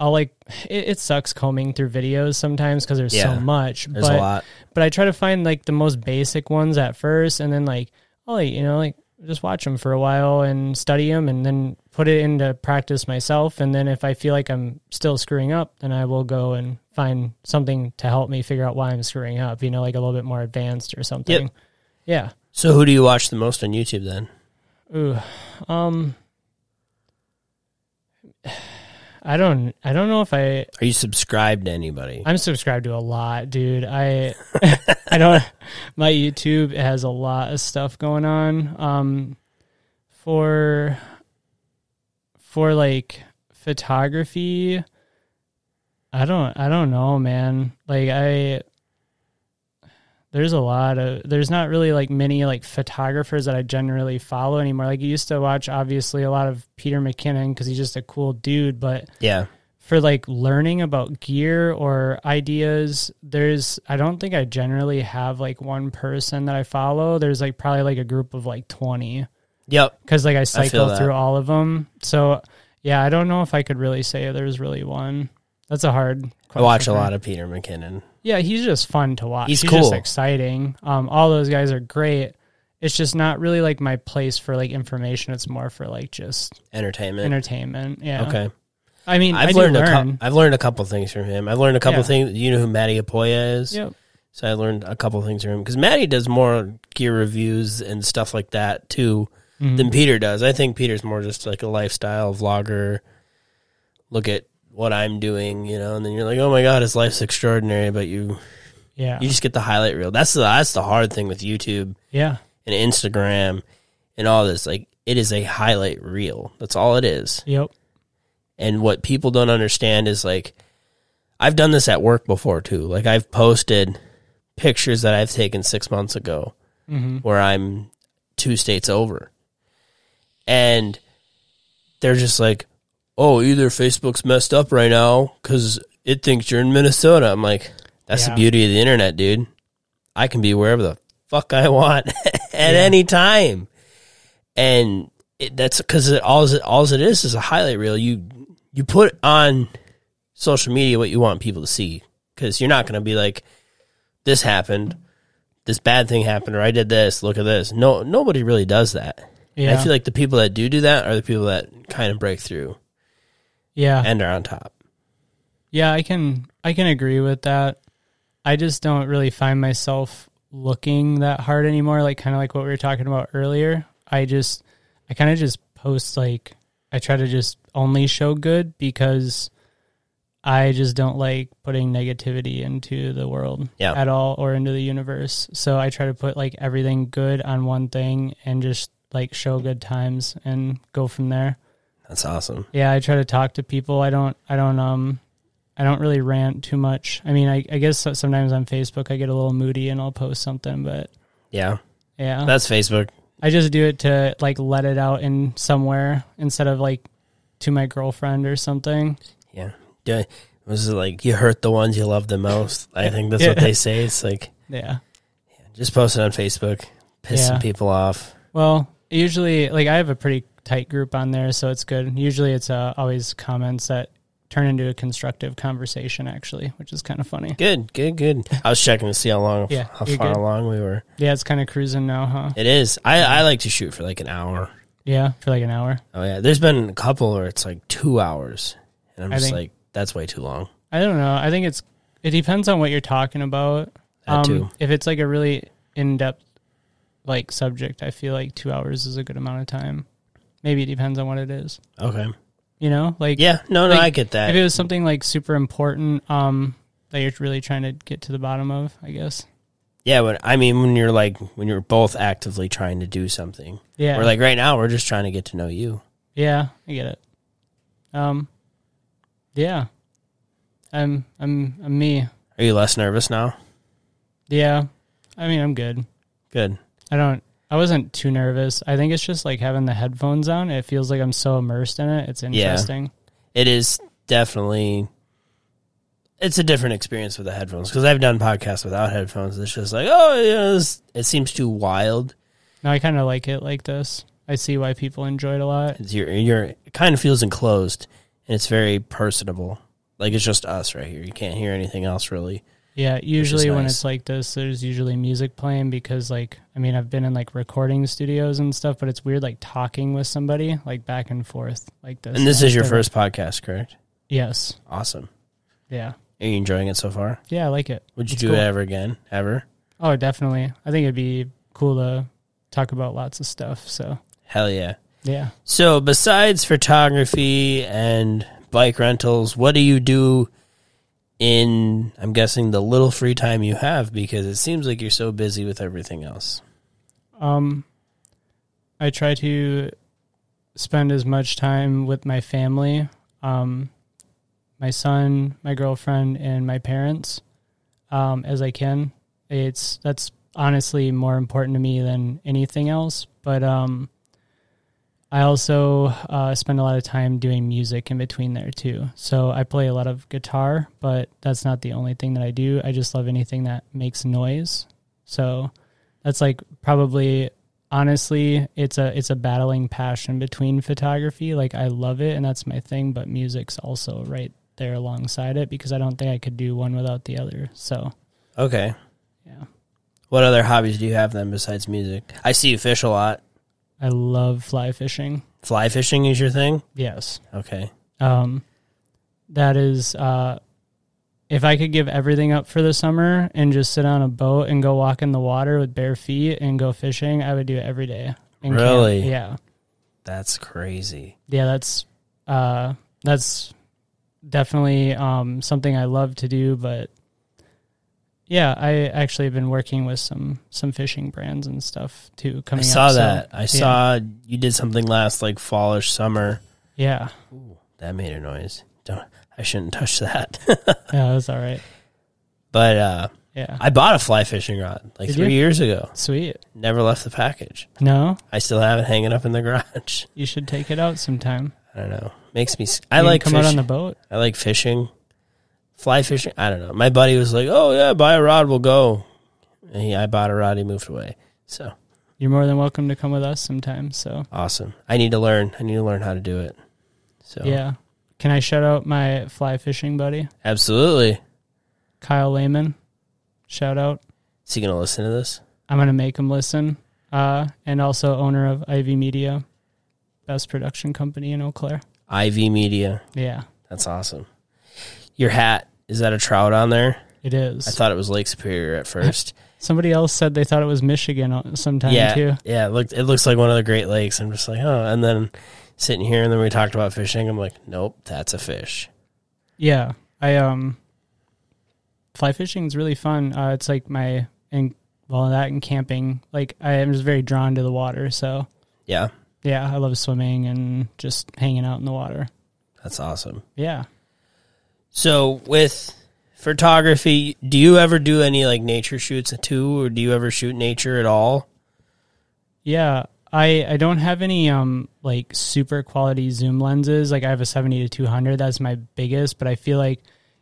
[SPEAKER 3] I'll like it, it sucks combing through videos sometimes because there's
[SPEAKER 2] Yeah.
[SPEAKER 3] so much.
[SPEAKER 2] There's
[SPEAKER 3] but
[SPEAKER 2] a lot.
[SPEAKER 3] but I try to find like the most basic ones at first, and then like I'll like, you know like just watch them for a while and study them, and then put it into practice myself. And then if I feel like I'm still screwing up, then I will go and find something to help me figure out why I'm screwing up. You know, like a little bit more advanced or something. Yeah.
[SPEAKER 2] So, who do you watch the most on YouTube then?
[SPEAKER 3] Ooh. Um. *sighs* I don't. I don't know if I.
[SPEAKER 2] Are you subscribed to anybody?
[SPEAKER 3] I'm subscribed to a lot, dude. I *laughs* I don't my YouTube has a lot of stuff going on. Um for for like photography I don't I don't know, man. Like I there's a lot of there's not really like many like photographers that I generally follow anymore. Like I used to watch obviously a lot of Peter McKinnon cuz he's just a cool dude, but
[SPEAKER 2] yeah.
[SPEAKER 3] for like learning about gear or ideas there's i don't think i generally have like one person that i follow there's like probably like a group of like 20
[SPEAKER 2] Yep.
[SPEAKER 3] because like i cycle
[SPEAKER 2] that.
[SPEAKER 3] through all of them so yeah i don't know if i could really say there's really one that's a hard
[SPEAKER 2] I
[SPEAKER 3] question
[SPEAKER 2] watch a
[SPEAKER 3] for-
[SPEAKER 2] lot of Peter McKinnon.
[SPEAKER 3] yeah he's just fun to watch
[SPEAKER 2] He's
[SPEAKER 3] just
[SPEAKER 2] cool.
[SPEAKER 3] exciting um all those guys are great it's just not really like my place for like information it's more for like just
[SPEAKER 2] Entertainment.
[SPEAKER 3] entertainment yeah
[SPEAKER 2] okay.
[SPEAKER 3] i mean
[SPEAKER 2] I've
[SPEAKER 3] i do
[SPEAKER 2] learned a
[SPEAKER 3] learn.
[SPEAKER 2] couple. I've learned a couple things from him. I've learned a couple
[SPEAKER 3] Yeah.
[SPEAKER 2] things. You know who Matty Apoya is?
[SPEAKER 3] yep
[SPEAKER 2] So I learned a couple things from him because Matty does more gear reviews and stuff like that too
[SPEAKER 3] Mhm.
[SPEAKER 2] than Peter does. I think Peter's more just like a lifestyle vlogger. Look at what I'm doing, you know, and then you're like, oh my god, his life's extraordinary. But you
[SPEAKER 3] yeah
[SPEAKER 2] you just get the highlight reel. That's the that's the hard thing with YouTube
[SPEAKER 3] yeah
[SPEAKER 2] and Instagram and all this. Like it is a highlight reel. That's all it is.
[SPEAKER 3] Yep.
[SPEAKER 2] And what people don't understand is like, I've done this at work before too. Like, I've posted pictures that I've taken six months ago
[SPEAKER 3] Mm-hmm.
[SPEAKER 2] where I'm two states over. And they're just like, oh, either Facebook's messed up right now because it thinks you're in Minnesota. I'm like, that's
[SPEAKER 3] Yeah.
[SPEAKER 2] the beauty of the internet, dude. I can be wherever the fuck I want *laughs* at any time. And it, that's because it, all, it, all it is is a highlight reel. You, you put on social media what you want people to see because you're not going to be like, this happened this bad thing happened or I did this, look at this. No nobody really does that.
[SPEAKER 3] Yeah.
[SPEAKER 2] I feel like the people that do do that are the people that kind of break through
[SPEAKER 3] yeah.
[SPEAKER 2] and are on top.
[SPEAKER 3] yeah. I can. I can agree with that. I just don't really find myself looking that hard anymore. Like kind of like what we were talking about earlier. I just. I kind of just post like. I try to just only show good because. I just don't like putting negativity into the world
[SPEAKER 2] Yeah.
[SPEAKER 3] at all or into the universe. So I try to put like everything good on one thing and just like show good times and go from there.
[SPEAKER 2] That's awesome.
[SPEAKER 3] yeah i try to talk to people i don't i don't um i don't really rant too much i mean i, I guess so- sometimes on facebook i get a little moody and i'll post something but
[SPEAKER 2] Yeah.
[SPEAKER 3] yeah
[SPEAKER 2] That's Facebook.
[SPEAKER 3] i just do it to like let it out in somewhere instead of like to my girlfriend or something
[SPEAKER 2] Yeah. Do- Was it like you hurt the ones you love the most? I think that's what
[SPEAKER 3] *laughs* Yeah.
[SPEAKER 2] they say. It's like
[SPEAKER 3] yeah
[SPEAKER 2] just post it on Facebook, piss some
[SPEAKER 3] Yeah.
[SPEAKER 2] people off.
[SPEAKER 3] well usually like i have a pretty tight group on there so it's good usually it's uh, always comments that turn into a constructive conversation actually which is kind of funny
[SPEAKER 2] Good, good,
[SPEAKER 3] *laughs*
[SPEAKER 2] good. I was checking to see how long,
[SPEAKER 3] Yeah,
[SPEAKER 2] how
[SPEAKER 3] you're
[SPEAKER 2] far
[SPEAKER 3] good.
[SPEAKER 2] along we were.
[SPEAKER 3] yeah it's kind of cruising now huh
[SPEAKER 2] It is. I, I like to shoot for like an hour.
[SPEAKER 3] yeah for like an hour
[SPEAKER 2] Oh yeah, there's been a couple where it's like two hours, and I'm
[SPEAKER 3] I
[SPEAKER 2] just
[SPEAKER 3] think-
[SPEAKER 2] like, that's way too long.
[SPEAKER 3] I don't know. I think it's it depends on what you're talking about. Um,
[SPEAKER 2] That too.
[SPEAKER 3] If it's like a really in depth like subject, I feel like two hours is a good amount of time. Maybe it depends on what it is.
[SPEAKER 2] Okay.
[SPEAKER 3] You know, like
[SPEAKER 2] Yeah. No, no,
[SPEAKER 3] Like,
[SPEAKER 2] I get
[SPEAKER 3] if it
[SPEAKER 2] that.
[SPEAKER 3] was something like super important, um, that you're really trying to get to the bottom of, I guess.
[SPEAKER 2] Yeah, but I mean, when you're like when you're both actively trying to do something,
[SPEAKER 3] Yeah.
[SPEAKER 2] we're like right now we're just trying to get to know you.
[SPEAKER 3] Yeah, I get it. Um, yeah, I'm I'm I'm me.
[SPEAKER 2] Are you less nervous now?
[SPEAKER 3] Yeah, I mean I'm good.
[SPEAKER 2] Good.
[SPEAKER 3] I don't. I wasn't too nervous. I think it's just like having the headphones on. It feels like I'm so immersed in it. It's interesting.
[SPEAKER 2] It is definitely. It's a different experience with the headphones because I've done podcasts without headphones. It's just like, oh, yeah, this, it seems too wild.
[SPEAKER 3] No, I kind of like it like this. I see why people enjoy it a lot.
[SPEAKER 2] It's your, your, it kind of feels enclosed and it's very personable. Like it's just us right here. You can't hear anything else really.
[SPEAKER 3] Yeah, usually when
[SPEAKER 2] nice.
[SPEAKER 3] it's like this, there's usually music playing because, like, I mean, I've been in like recording studios and stuff, but it's weird like talking with somebody like back and forth like this.
[SPEAKER 2] And this is your
[SPEAKER 3] Different.
[SPEAKER 2] first podcast, correct?
[SPEAKER 3] Yes.
[SPEAKER 2] Awesome.
[SPEAKER 3] Yeah.
[SPEAKER 2] Are you enjoying it so far?
[SPEAKER 3] Yeah, I like it.
[SPEAKER 2] Would you
[SPEAKER 3] It's
[SPEAKER 2] do
[SPEAKER 3] cool.
[SPEAKER 2] it ever again? Ever?
[SPEAKER 3] Oh, definitely. I think it'd be cool to talk about lots of stuff. So,
[SPEAKER 2] Hell yeah.
[SPEAKER 3] yeah.
[SPEAKER 2] So, besides photography and bike rentals, what do you do in, I'm guessing, the little free time you have? Because it seems like you're so busy with everything else.
[SPEAKER 3] Um, I try to spend as much time with my family, um, my son, my girlfriend, and my parents um, as I can. It's that's honestly more important to me than anything else. But um, I also uh, spend a lot of time doing music in between there too. So I play a lot of guitar, but that's not the only thing that I do. I just love anything that makes noise. So that's like probably honestly it's a it's a battling passion between photography like i love it and that's my thing but music's also right there alongside it because i don't think i could do one without the other so
[SPEAKER 2] Okay.
[SPEAKER 3] yeah
[SPEAKER 2] What other hobbies do you have then besides music? I see you fish a lot.
[SPEAKER 3] i love fly fishing
[SPEAKER 2] Fly fishing is your thing?
[SPEAKER 3] yes
[SPEAKER 2] Okay.
[SPEAKER 3] um, that is uh, if I could give everything up for the summer and just sit on a boat and go walk in the water with bare feet and go fishing, I would do it every day. in camp.
[SPEAKER 2] Really?
[SPEAKER 3] Yeah,
[SPEAKER 2] That's crazy.
[SPEAKER 3] yeah. That's uh, that's definitely um, something I love to do. But yeah, I actually have been working with some some fishing brands and stuff too.
[SPEAKER 2] I
[SPEAKER 3] Coming,
[SPEAKER 2] saw
[SPEAKER 3] up, so-
[SPEAKER 2] that. I saw you did something last like fallish summer.
[SPEAKER 3] Yeah,
[SPEAKER 2] That made a noise. Don't I shouldn't touch that. *laughs*
[SPEAKER 3] yeah, that's all right.
[SPEAKER 2] but uh
[SPEAKER 3] Yeah,
[SPEAKER 2] I bought a fly fishing rod like
[SPEAKER 3] Did
[SPEAKER 2] three
[SPEAKER 3] you?
[SPEAKER 2] years ago.
[SPEAKER 3] sweet.
[SPEAKER 2] Never left the package.
[SPEAKER 3] No,
[SPEAKER 2] I still have it hanging up in the garage. *laughs*
[SPEAKER 3] you should take it out sometime.
[SPEAKER 2] I don't know. Makes me. s- I
[SPEAKER 3] You can
[SPEAKER 2] like
[SPEAKER 3] come
[SPEAKER 2] fishing.
[SPEAKER 3] out on the boat.
[SPEAKER 2] I like fishing, fly fishing. I don't know. My buddy was like, "Oh yeah, buy a rod, we'll go." And he, I bought a rod. He moved away. So
[SPEAKER 3] You're more than welcome to come with us sometime. So
[SPEAKER 2] awesome. I need to learn. I need to learn how to do it. So
[SPEAKER 3] yeah, can I shout out my fly fishing buddy
[SPEAKER 2] absolutely.
[SPEAKER 3] Kyle Lehman? Shout out.
[SPEAKER 2] Is he gonna listen to this?
[SPEAKER 3] I'm gonna make him listen. Uh, and also owner of Ivy Media, best production company in Eau Claire.
[SPEAKER 2] IV Media.
[SPEAKER 3] Yeah,
[SPEAKER 2] That's awesome. Your hat is that a trout on there?
[SPEAKER 3] it
[SPEAKER 2] I
[SPEAKER 3] is.
[SPEAKER 2] thought it was Lake Superior at first.
[SPEAKER 3] Somebody else said they thought it was Michigan o- sometime
[SPEAKER 2] yeah,
[SPEAKER 3] too.
[SPEAKER 2] Yeah, it looked it looks like one of the Great Lakes. I'm just like, oh, and then sitting here, and then we talked about fishing. I'm like, nope, that's a fish.
[SPEAKER 3] Yeah, I um, fly fishing is really fun. Uh, it's like my and well that and camping. Like I am just very drawn to the water. So
[SPEAKER 2] Yeah,
[SPEAKER 3] Yeah, I love swimming and just hanging out in the water.
[SPEAKER 2] that's awesome.
[SPEAKER 3] Yeah.
[SPEAKER 2] So with photography, do you ever do any like nature shoots too, or do you ever shoot nature at all?
[SPEAKER 3] Yeah. I, I don't have any um like super quality zoom lenses. Like I have a 70 to 200. That's my biggest, but I feel like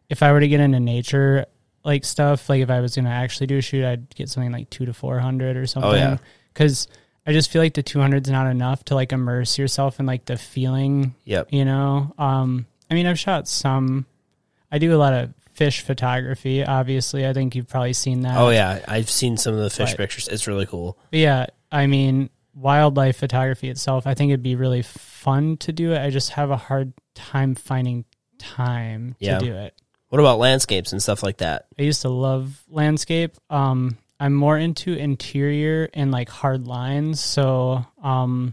[SPEAKER 3] if I were to get into nature like stuff, like if I was going to actually do a shoot, I'd get something like 2 to 400 or something.
[SPEAKER 2] Oh, yeah.
[SPEAKER 3] Cuz I just feel like the 200's not enough to like immerse yourself in like the feeling
[SPEAKER 2] Yep.
[SPEAKER 3] you know um i mean i've shot some i do a lot of fish photography obviously i think you've probably seen that
[SPEAKER 2] Oh yeah, I've seen some of the fish
[SPEAKER 3] Right.
[SPEAKER 2] pictures. It's really cool.
[SPEAKER 3] but yeah i mean wildlife photography itself i think it'd be really fun to do it i just have a hard time finding time
[SPEAKER 2] Yeah.
[SPEAKER 3] to do it
[SPEAKER 2] What about landscapes and stuff like that?
[SPEAKER 3] i used to love landscape um i'm more into interior and like hard lines so um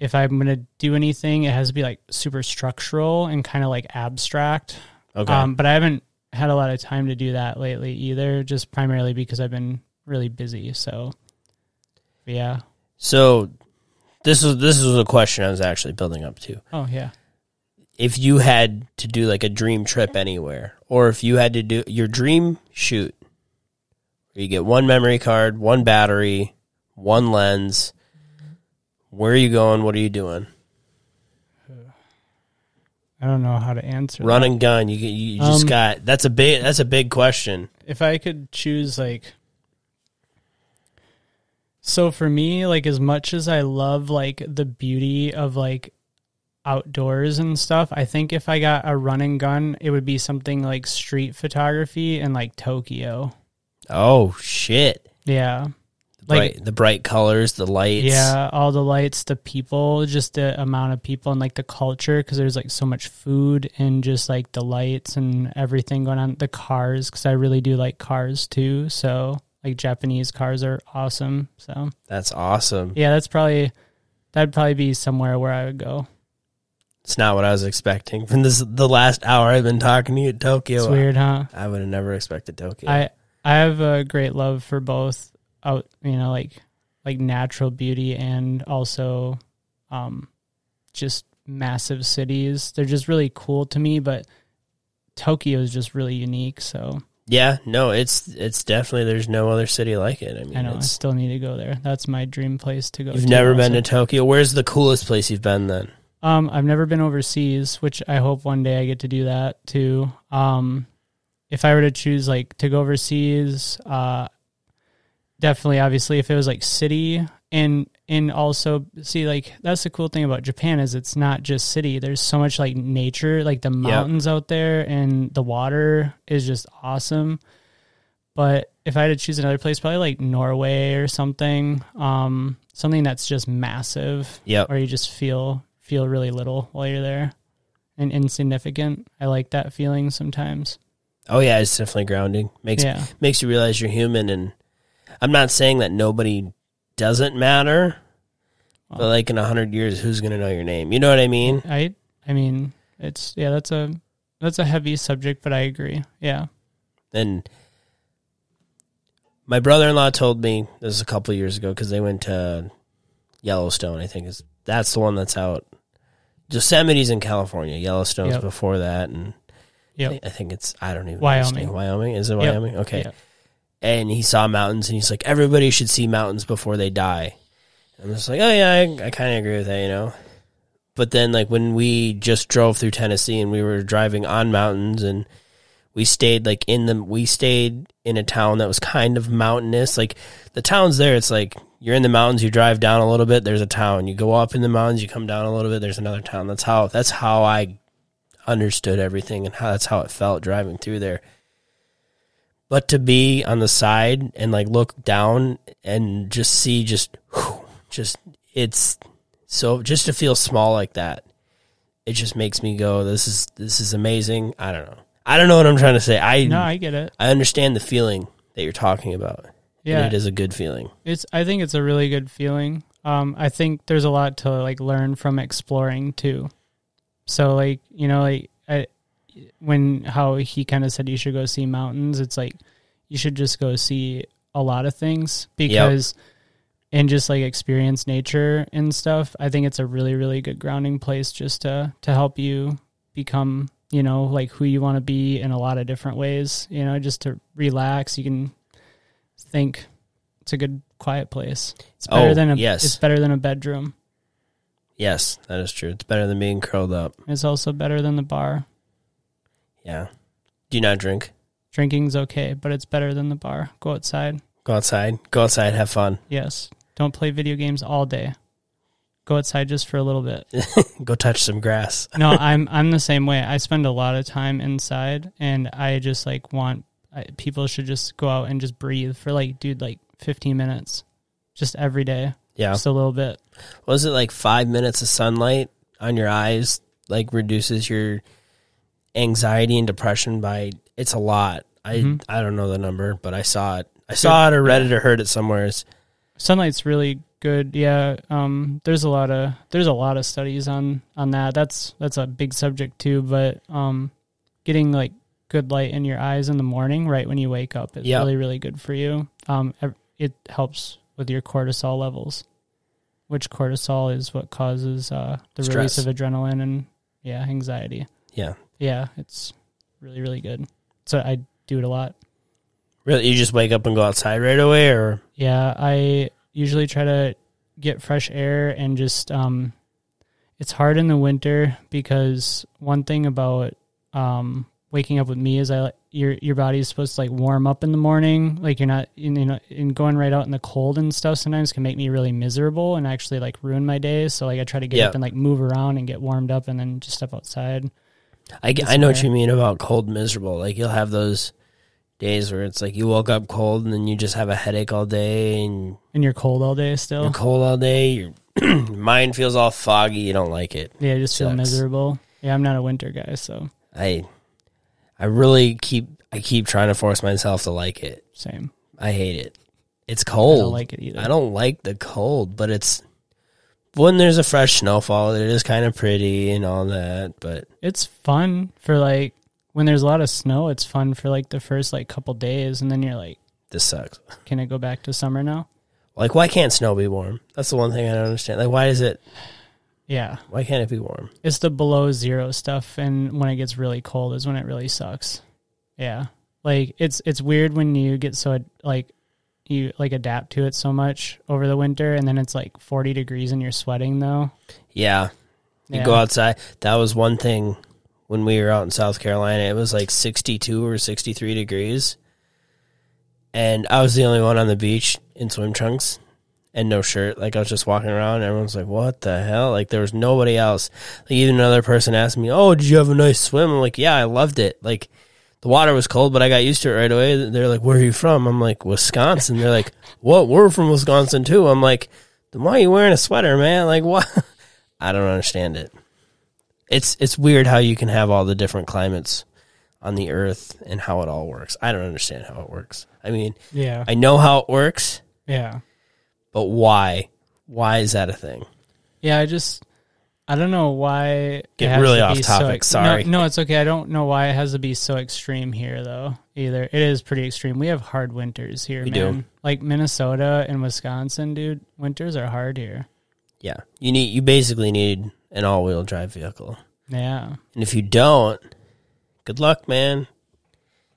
[SPEAKER 3] if i'm gonna do anything it has to be like super structural and kind of like abstract
[SPEAKER 2] Okay.
[SPEAKER 3] Um, but I haven't had a lot of time to do that lately either, just primarily because I've been really busy. So, yeah.
[SPEAKER 2] So this is this is a question I was actually building up to.
[SPEAKER 3] Oh, yeah.
[SPEAKER 2] If you had to do like a dream trip anywhere, or if you had to do your dream shoot, where you get one memory card, one battery, one lens, where are you going? What are you doing?
[SPEAKER 3] I don't know how to answer.
[SPEAKER 2] Run and gun. You you just
[SPEAKER 3] Um,
[SPEAKER 2] got that's a big that's a big question.
[SPEAKER 3] that. If I could choose, like, so for me, like, as much as I love like the beauty of like outdoors and stuff, I think if I got a run and gun, it would be something like street photography and like Tokyo.
[SPEAKER 2] Oh shit!
[SPEAKER 3] Yeah.
[SPEAKER 2] Like the bright colors, the lights.
[SPEAKER 3] Yeah, all the lights, the people, just the amount of people and like the culture because there's like so much food and just like the lights and everything going on. The cars because I really do like cars too. So like Japanese cars are awesome. So
[SPEAKER 2] that's awesome.
[SPEAKER 3] yeah, that's probably that'd probably be somewhere where I would go.
[SPEAKER 2] It's not what I was expecting from this. The last hour I've been talking to you at Tokyo.
[SPEAKER 3] It's weird, huh?
[SPEAKER 2] I would have never expected Tokyo.
[SPEAKER 3] I I have a great love for both out you know like like natural beauty and also um just massive cities. They're just really cool to me, but Tokyo is just really unique, so
[SPEAKER 2] yeah, no, it's it's definitely there's no other city like it. I mean,
[SPEAKER 3] I know I
[SPEAKER 2] it's,
[SPEAKER 3] still need to go there. That's my dream place to go.
[SPEAKER 2] you've
[SPEAKER 3] to
[SPEAKER 2] never
[SPEAKER 3] also.
[SPEAKER 2] been to Tokyo. Where's the coolest place you've been then?
[SPEAKER 3] Um, I've never been overseas, which I hope one day I get to do that too. Um, if I were to choose like to go overseas, uh, definitely, obviously, if it was like city and and also see like that's the cool thing about Japan is it's not just city. There's so much like nature, like the mountains out there, and the water is just awesome. But if I had to choose another place, probably like Norway or something, um, something that's just massive
[SPEAKER 2] Yep.
[SPEAKER 3] or you just feel feel really little while you're there and insignificant. I like that feeling sometimes.
[SPEAKER 2] Oh yeah, it's definitely grounding. Makes
[SPEAKER 3] yeah.
[SPEAKER 2] makes you realize you're human and I'm not saying that nobody doesn't matter. But
[SPEAKER 3] Well-
[SPEAKER 2] like in a hundred years, who's gonna know your name? You know what I mean?
[SPEAKER 3] I I mean, it's yeah, that's a that's a heavy subject, but I agree. Yeah.
[SPEAKER 2] And my brother-in-law told me this was a couple years ago because they went to Yellowstone. I think is that's the one that's out. Yosemite's in California. Yellowstone's
[SPEAKER 3] Yep.
[SPEAKER 2] before that, and
[SPEAKER 3] Yep.
[SPEAKER 2] I think it's I don't even
[SPEAKER 3] Wyoming.
[SPEAKER 2] understand. Wyoming is it
[SPEAKER 3] Yep.
[SPEAKER 2] Wyoming? Okay.
[SPEAKER 3] Yep.
[SPEAKER 2] And he saw mountains, and he's like, everybody should see mountains before they die. I'm just like, oh yeah, I, I kind of agree with that, you know. But then, like when we just drove through Tennessee, and we were driving on mountains, and we stayed like in the we stayed in a town that was kind of mountainous. Like the towns there, it's like you're in the mountains, you drive down a little bit, there's a town. You go up in the mountains, you come down a little bit, there's another town. That's how that's how I understood everything and how that's how it felt driving through there. But to be on the side and like look down and just see just whew, just it's so just to feel small like that. It just makes me go this is this is amazing. I don't know. I don't know what I'm trying to say. I
[SPEAKER 3] No, I get it.
[SPEAKER 2] I understand the feeling that you're talking about.
[SPEAKER 3] Yeah.
[SPEAKER 2] And it is a good feeling.
[SPEAKER 3] It's I think it's a really good feeling. Um I think there's a lot to like learn from exploring too. So like, you know, like I when how he kind of said you should go see mountains, it's like you should just go see a lot of things because and just like experience nature and stuff. I think it's a really really good grounding place just to to help you become, you know, like who you want to be in a lot of different ways, you know, just to relax, you can think. It's a good quiet place. It's better
[SPEAKER 2] Oh,
[SPEAKER 3] than a
[SPEAKER 2] yes.
[SPEAKER 3] it's better than a bedroom.
[SPEAKER 2] Yes, that is true. It's better than being curled up.
[SPEAKER 3] It's also better than the bar.
[SPEAKER 2] Yeah. Do you not drink?
[SPEAKER 3] Drinking's okay, but it's better than the bar. Go outside.
[SPEAKER 2] Go outside. Go outside, have fun. *laughs*
[SPEAKER 3] Yes. Don't play video games all day. Go outside just for a little
[SPEAKER 2] *laughs*
[SPEAKER 3] bit.
[SPEAKER 2] Go touch some grass.
[SPEAKER 3] No, I'm I'm the same way. I spend a lot of time inside and I just like want I, people should just go out and just breathe for like dude like 15 minutes just every day.
[SPEAKER 2] Yeah.
[SPEAKER 3] Just a little bit.
[SPEAKER 2] Was it like five minutes of sunlight on your eyes like reduces your anxiety and depression by it's a lot. I
[SPEAKER 3] Mhm.
[SPEAKER 2] I don't know the number, but I saw it. I saw it or read it or heard it somewhere. It's-
[SPEAKER 3] sunlight's really good yeah um there's a lot of there's a lot of studies on on that that's that's a big subject too but um getting like good light in your eyes in the morning, right when you wake up, is
[SPEAKER 2] Yep.
[SPEAKER 3] really really good for you. Um, ev- it helps with your cortisol levels, which cortisol is what causes uh, the release
[SPEAKER 2] Stress.
[SPEAKER 3] of adrenaline and yeah, anxiety.
[SPEAKER 2] Yeah.
[SPEAKER 3] Yeah, it's really really good. So I do it a lot.
[SPEAKER 2] Really, you just wake up and go outside right away, or
[SPEAKER 3] Yeah, I usually try to get fresh air and just um it's hard in the winter because one thing about um waking up with me is I your your body's supposed to like warm up in the morning, like you're not you know and going right out in the cold and stuff sometimes can make me really miserable and actually like ruin my day, so like I try to get
[SPEAKER 2] Yeah.
[SPEAKER 3] up and like move around and get warmed up and then just step outside.
[SPEAKER 2] I, g- I know what you mean about cold, miserable. Like you'll have those days where it's like you woke up cold and then you just have a headache all day and
[SPEAKER 3] And you're cold all day still.
[SPEAKER 2] you're cold all day. Your *clears throat* your mind feels all foggy. You don't like it.
[SPEAKER 3] yeah, I just feel
[SPEAKER 2] Sucks.
[SPEAKER 3] miserable. Yeah, I'm not a winter guy, so
[SPEAKER 2] I I really keep I keep trying to force myself to like it.
[SPEAKER 3] same.
[SPEAKER 2] I hate it. It's
[SPEAKER 3] I
[SPEAKER 2] cold.
[SPEAKER 3] don't like it either.
[SPEAKER 2] I don't like the cold, but it's when there's a fresh snowfall, it is kind of pretty and all that. But
[SPEAKER 3] it's fun for like when there's a lot of snow it's fun for like the first like couple days and then you're like
[SPEAKER 2] this sucks.
[SPEAKER 3] can it go back to summer now
[SPEAKER 2] Like, why can't snow be warm? That's the one thing I don't understand. Like, why is it?
[SPEAKER 3] yeah
[SPEAKER 2] Why can't it be warm?
[SPEAKER 3] it's the below zero stuff and when it gets really cold is when it really sucks yeah like it's it's weird when you get so like you like adapt to it so much over the winter and then it's like 40 degrees and you're sweating though
[SPEAKER 2] Yeah, you
[SPEAKER 3] yeah
[SPEAKER 2] go outside. That was one thing when we were out in South Carolina. It was like 62 or 63 degrees, and I was the only one on the beach in swim trunks and no shirt. Like I was just walking around. Everyone's like, "What the hell?" Like there was nobody else. Like even another person asked me, "Oh, did you have a nice swim?" I'm like, "Yeah, I loved it." Like. The water was cold, but I got used to it right away. They're like, "Where are you from?" I'm like, "Wisconsin." They're like, "What? We're from Wisconsin too." I'm like, "Then why are you wearing a sweater, man? Like, what?" *laughs* I don't understand it. It's it's weird how you can have all the different climates on the earth and how it all works. I don't understand how it works. I mean,
[SPEAKER 3] yeah
[SPEAKER 2] I know how it works,
[SPEAKER 3] yeah
[SPEAKER 2] but why? Why is that a thing?
[SPEAKER 3] Yeah, I just I don't know why it
[SPEAKER 2] Get
[SPEAKER 3] has
[SPEAKER 2] really
[SPEAKER 3] to
[SPEAKER 2] off
[SPEAKER 3] be
[SPEAKER 2] topic,
[SPEAKER 3] So ex-
[SPEAKER 2] sorry.
[SPEAKER 3] no, no, it's okay. I don't know why it has to be so extreme here though. Either it is pretty extreme. We have hard winters here,
[SPEAKER 2] We do.
[SPEAKER 3] man. Like Minnesota and Wisconsin, dude. Winters are hard here.
[SPEAKER 2] Yeah. You need you basically need an all-wheel drive vehicle.
[SPEAKER 3] Yeah,
[SPEAKER 2] And if you don't, good luck, man.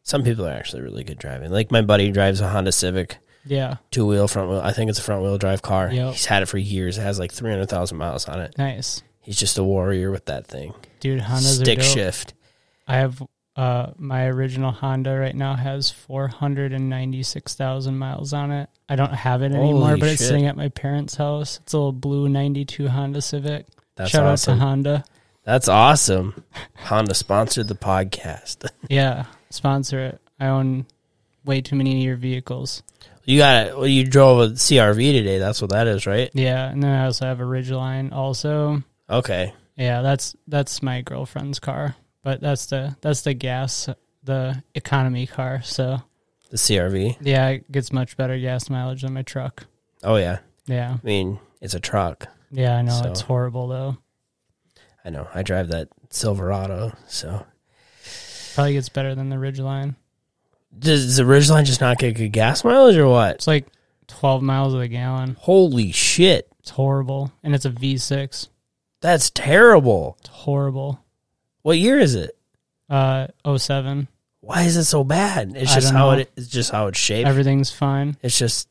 [SPEAKER 2] Some people are actually really good driving. Like my buddy drives a Honda Civic
[SPEAKER 3] yeah.
[SPEAKER 2] two-wheel front wheel. I think it's a front-wheel drive car.
[SPEAKER 3] Yep.
[SPEAKER 2] He's had it for years. It has like 300,000 miles on it.
[SPEAKER 3] Nice,
[SPEAKER 2] He's just a warrior with that thing.
[SPEAKER 3] dude. Hondas
[SPEAKER 2] stick
[SPEAKER 3] are dope.
[SPEAKER 2] shift.
[SPEAKER 3] I have uh my original Honda right now has four hundred and ninety six thousand miles on it. I don't have it anymore,
[SPEAKER 2] Holy
[SPEAKER 3] but it's
[SPEAKER 2] shit.
[SPEAKER 3] sitting at my parents' house. It's a little blue ninety two Honda Civic.
[SPEAKER 2] That's
[SPEAKER 3] Shout out
[SPEAKER 2] awesome.
[SPEAKER 3] to Honda.
[SPEAKER 2] That's awesome. Honda sponsored the podcast.
[SPEAKER 3] Yeah, sponsor it. I own way too many of your vehicles.
[SPEAKER 2] You got well, you drove a CRV today. That's what that is, right?
[SPEAKER 3] Yeah, and then I also have a Ridgeline. Also,
[SPEAKER 2] Okay.
[SPEAKER 3] yeah, that's that's my girlfriend's car, but that's the that's the gas the economy car. So
[SPEAKER 2] The CRV.
[SPEAKER 3] yeah, it gets much better gas mileage than my truck.
[SPEAKER 2] Oh yeah.
[SPEAKER 3] Yeah,
[SPEAKER 2] I mean, it's a truck.
[SPEAKER 3] yeah, I know
[SPEAKER 2] So-
[SPEAKER 3] it's horrible though.
[SPEAKER 2] I know. I drive that Silverado. So
[SPEAKER 3] Probably gets better than the Ridgeline.
[SPEAKER 2] does the Ridgeline just not get good gas mileage or what?
[SPEAKER 3] It's like twelve miles of a gallon.
[SPEAKER 2] Holy shit.
[SPEAKER 3] It's horrible, and it's a V six.
[SPEAKER 2] That's terrible.
[SPEAKER 3] It's horrible.
[SPEAKER 2] What year is it?
[SPEAKER 3] Uh, 07.
[SPEAKER 2] Why is it so bad? It's
[SPEAKER 3] I
[SPEAKER 2] just
[SPEAKER 3] don't
[SPEAKER 2] how
[SPEAKER 3] know.
[SPEAKER 2] it it's just how it's shaped.
[SPEAKER 3] Everything's fine.
[SPEAKER 2] it's just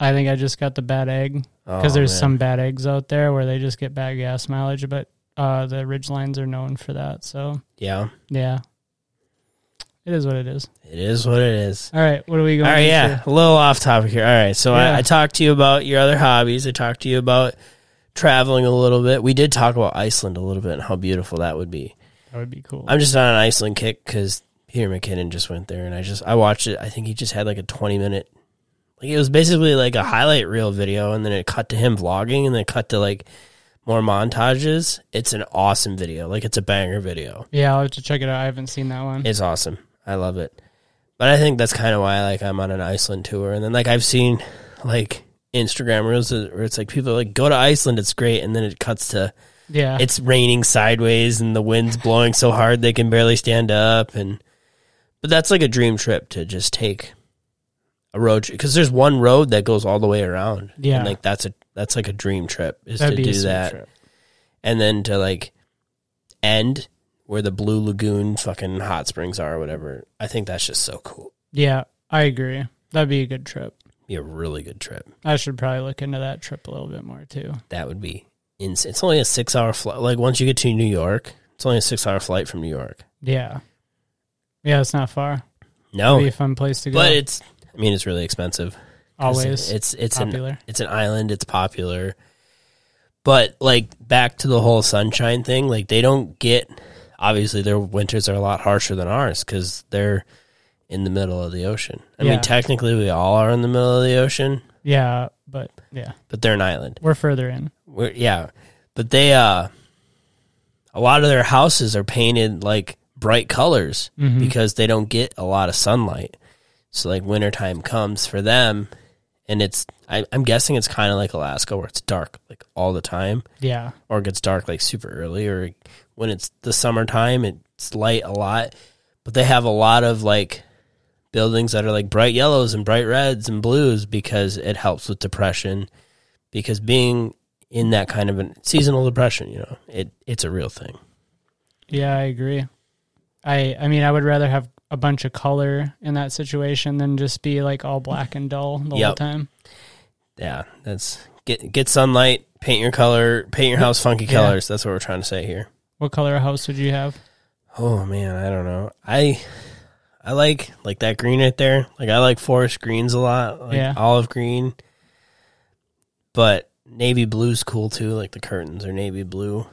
[SPEAKER 2] oh,
[SPEAKER 3] I think I just got the bad egg. because there's some bad eggs out there where they just get bad gas mileage, but uh, the ridge lines are known for that. So
[SPEAKER 2] Yeah.
[SPEAKER 3] yeah, it is what it is.
[SPEAKER 2] It is what it is.
[SPEAKER 3] All right, what are we going?
[SPEAKER 2] All right,
[SPEAKER 3] into?
[SPEAKER 2] yeah, a little off topic here. All right, so
[SPEAKER 3] Yeah.
[SPEAKER 2] I, I talked to you about your other hobbies. I talked to you about traveling a little bit. We did talk about Iceland a little bit and how beautiful that would be.
[SPEAKER 3] that would be cool.
[SPEAKER 2] I'm just on an Iceland kick because Peter McKinnon just went there, and I just I watched it. I think he just had like a 20 minute, like it was basically like a highlight reel video, and then it cut to him vlogging, and then it cut to like more montages. It's an awesome video. Like it's a banger video.
[SPEAKER 3] yeah, I'll have to check it out. I haven't seen that one.
[SPEAKER 2] It's awesome. I love it. But I think that's kind of why like I'm on an Iceland tour, and then like I've seen like Instagram reels where it's like people are like go to Iceland, it's great, and then it cuts to
[SPEAKER 3] yeah,
[SPEAKER 2] it's raining sideways and the wind's blowing so hard they can barely stand up, and But that's like a dream trip to just take a road trip because there's one road that goes all the way around.
[SPEAKER 3] Yeah.
[SPEAKER 2] and like that's a that's like a dream trip is
[SPEAKER 3] That'd be
[SPEAKER 2] to
[SPEAKER 3] a
[SPEAKER 2] do
[SPEAKER 3] sweet
[SPEAKER 2] that,
[SPEAKER 3] trip.
[SPEAKER 2] and then to like end where the Blue Lagoon fucking hot springs are or whatever. I think that's just so cool.
[SPEAKER 3] Yeah, I agree. That'd be a good trip.
[SPEAKER 2] Be a really good trip.
[SPEAKER 3] I should probably look into that trip a little bit more too.
[SPEAKER 2] That would be insane. It's only a six hour flight. Like once you get to New York, it's only a six hour flight from New York.
[SPEAKER 3] Yeah. Yeah, it's not far.
[SPEAKER 2] No,
[SPEAKER 3] Be a fun place to go.
[SPEAKER 2] but it's. I mean, it's really expensive. 'Cause
[SPEAKER 3] Always.
[SPEAKER 2] It's it's an
[SPEAKER 3] popular.
[SPEAKER 2] it's an island it's popular but like back to the whole sunshine thing like they don't get obviously their winters are a lot harsher than ours because they're in the middle of the ocean i
[SPEAKER 3] Yeah.
[SPEAKER 2] mean technically we all are in the middle of the ocean
[SPEAKER 3] yeah, but yeah,
[SPEAKER 2] but they're an island
[SPEAKER 3] we're further in.
[SPEAKER 2] We're, yeah but they uh a lot of their houses are painted like bright colors because they don't get a lot of sunlight so like wintertime comes for them and it's I, i'm guessing it's kind of like alaska where it's dark like all the time
[SPEAKER 3] Yeah.
[SPEAKER 2] or it gets dark like super early or when it's the summertime it's light a lot but they have a lot of like buildings that are like bright yellows and bright reds and blues because it helps with depression because being in that kind of an seasonal depression you know it it's a real thing
[SPEAKER 3] Yeah, I agree. I I mean, I would rather have a bunch of color in that situation than just be like all black and dull the whole
[SPEAKER 2] Yep.
[SPEAKER 3] time.
[SPEAKER 2] yeah that's get get sunlight paint your color paint your house funky
[SPEAKER 3] Yeah.
[SPEAKER 2] colors that's what we're trying to say here
[SPEAKER 3] What color house would you have?
[SPEAKER 2] Oh man, I don't know. I I like like that green right there. Like I like forest greens a lot. Like
[SPEAKER 3] Yeah.
[SPEAKER 2] olive green. But navy blue's cool too. Like the curtains are navy blue.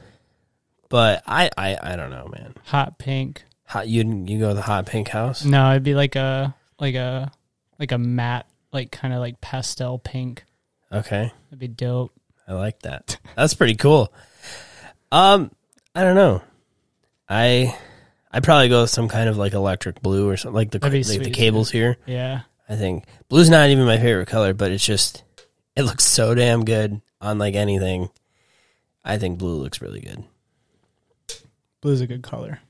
[SPEAKER 2] But I I, I don't know, man.
[SPEAKER 3] Hot pink.
[SPEAKER 2] Hot you you go to the hot pink house?
[SPEAKER 3] No, it'd be like a like a like a matte like kind of like pastel pink.
[SPEAKER 2] Okay.
[SPEAKER 3] That'd be dope.
[SPEAKER 2] I like
[SPEAKER 3] *laughs*
[SPEAKER 2] that. That's pretty cool. Um I don't know. I I'd probably go with some kind of like electric blue or something like the
[SPEAKER 3] That'd be
[SPEAKER 2] like the
[SPEAKER 3] sweet.
[SPEAKER 2] cables here.
[SPEAKER 3] Yeah.
[SPEAKER 2] I think blue's not even my favorite color, but it's just it looks so damn good on like anything. I think blue looks really good.
[SPEAKER 3] Blue's a good color.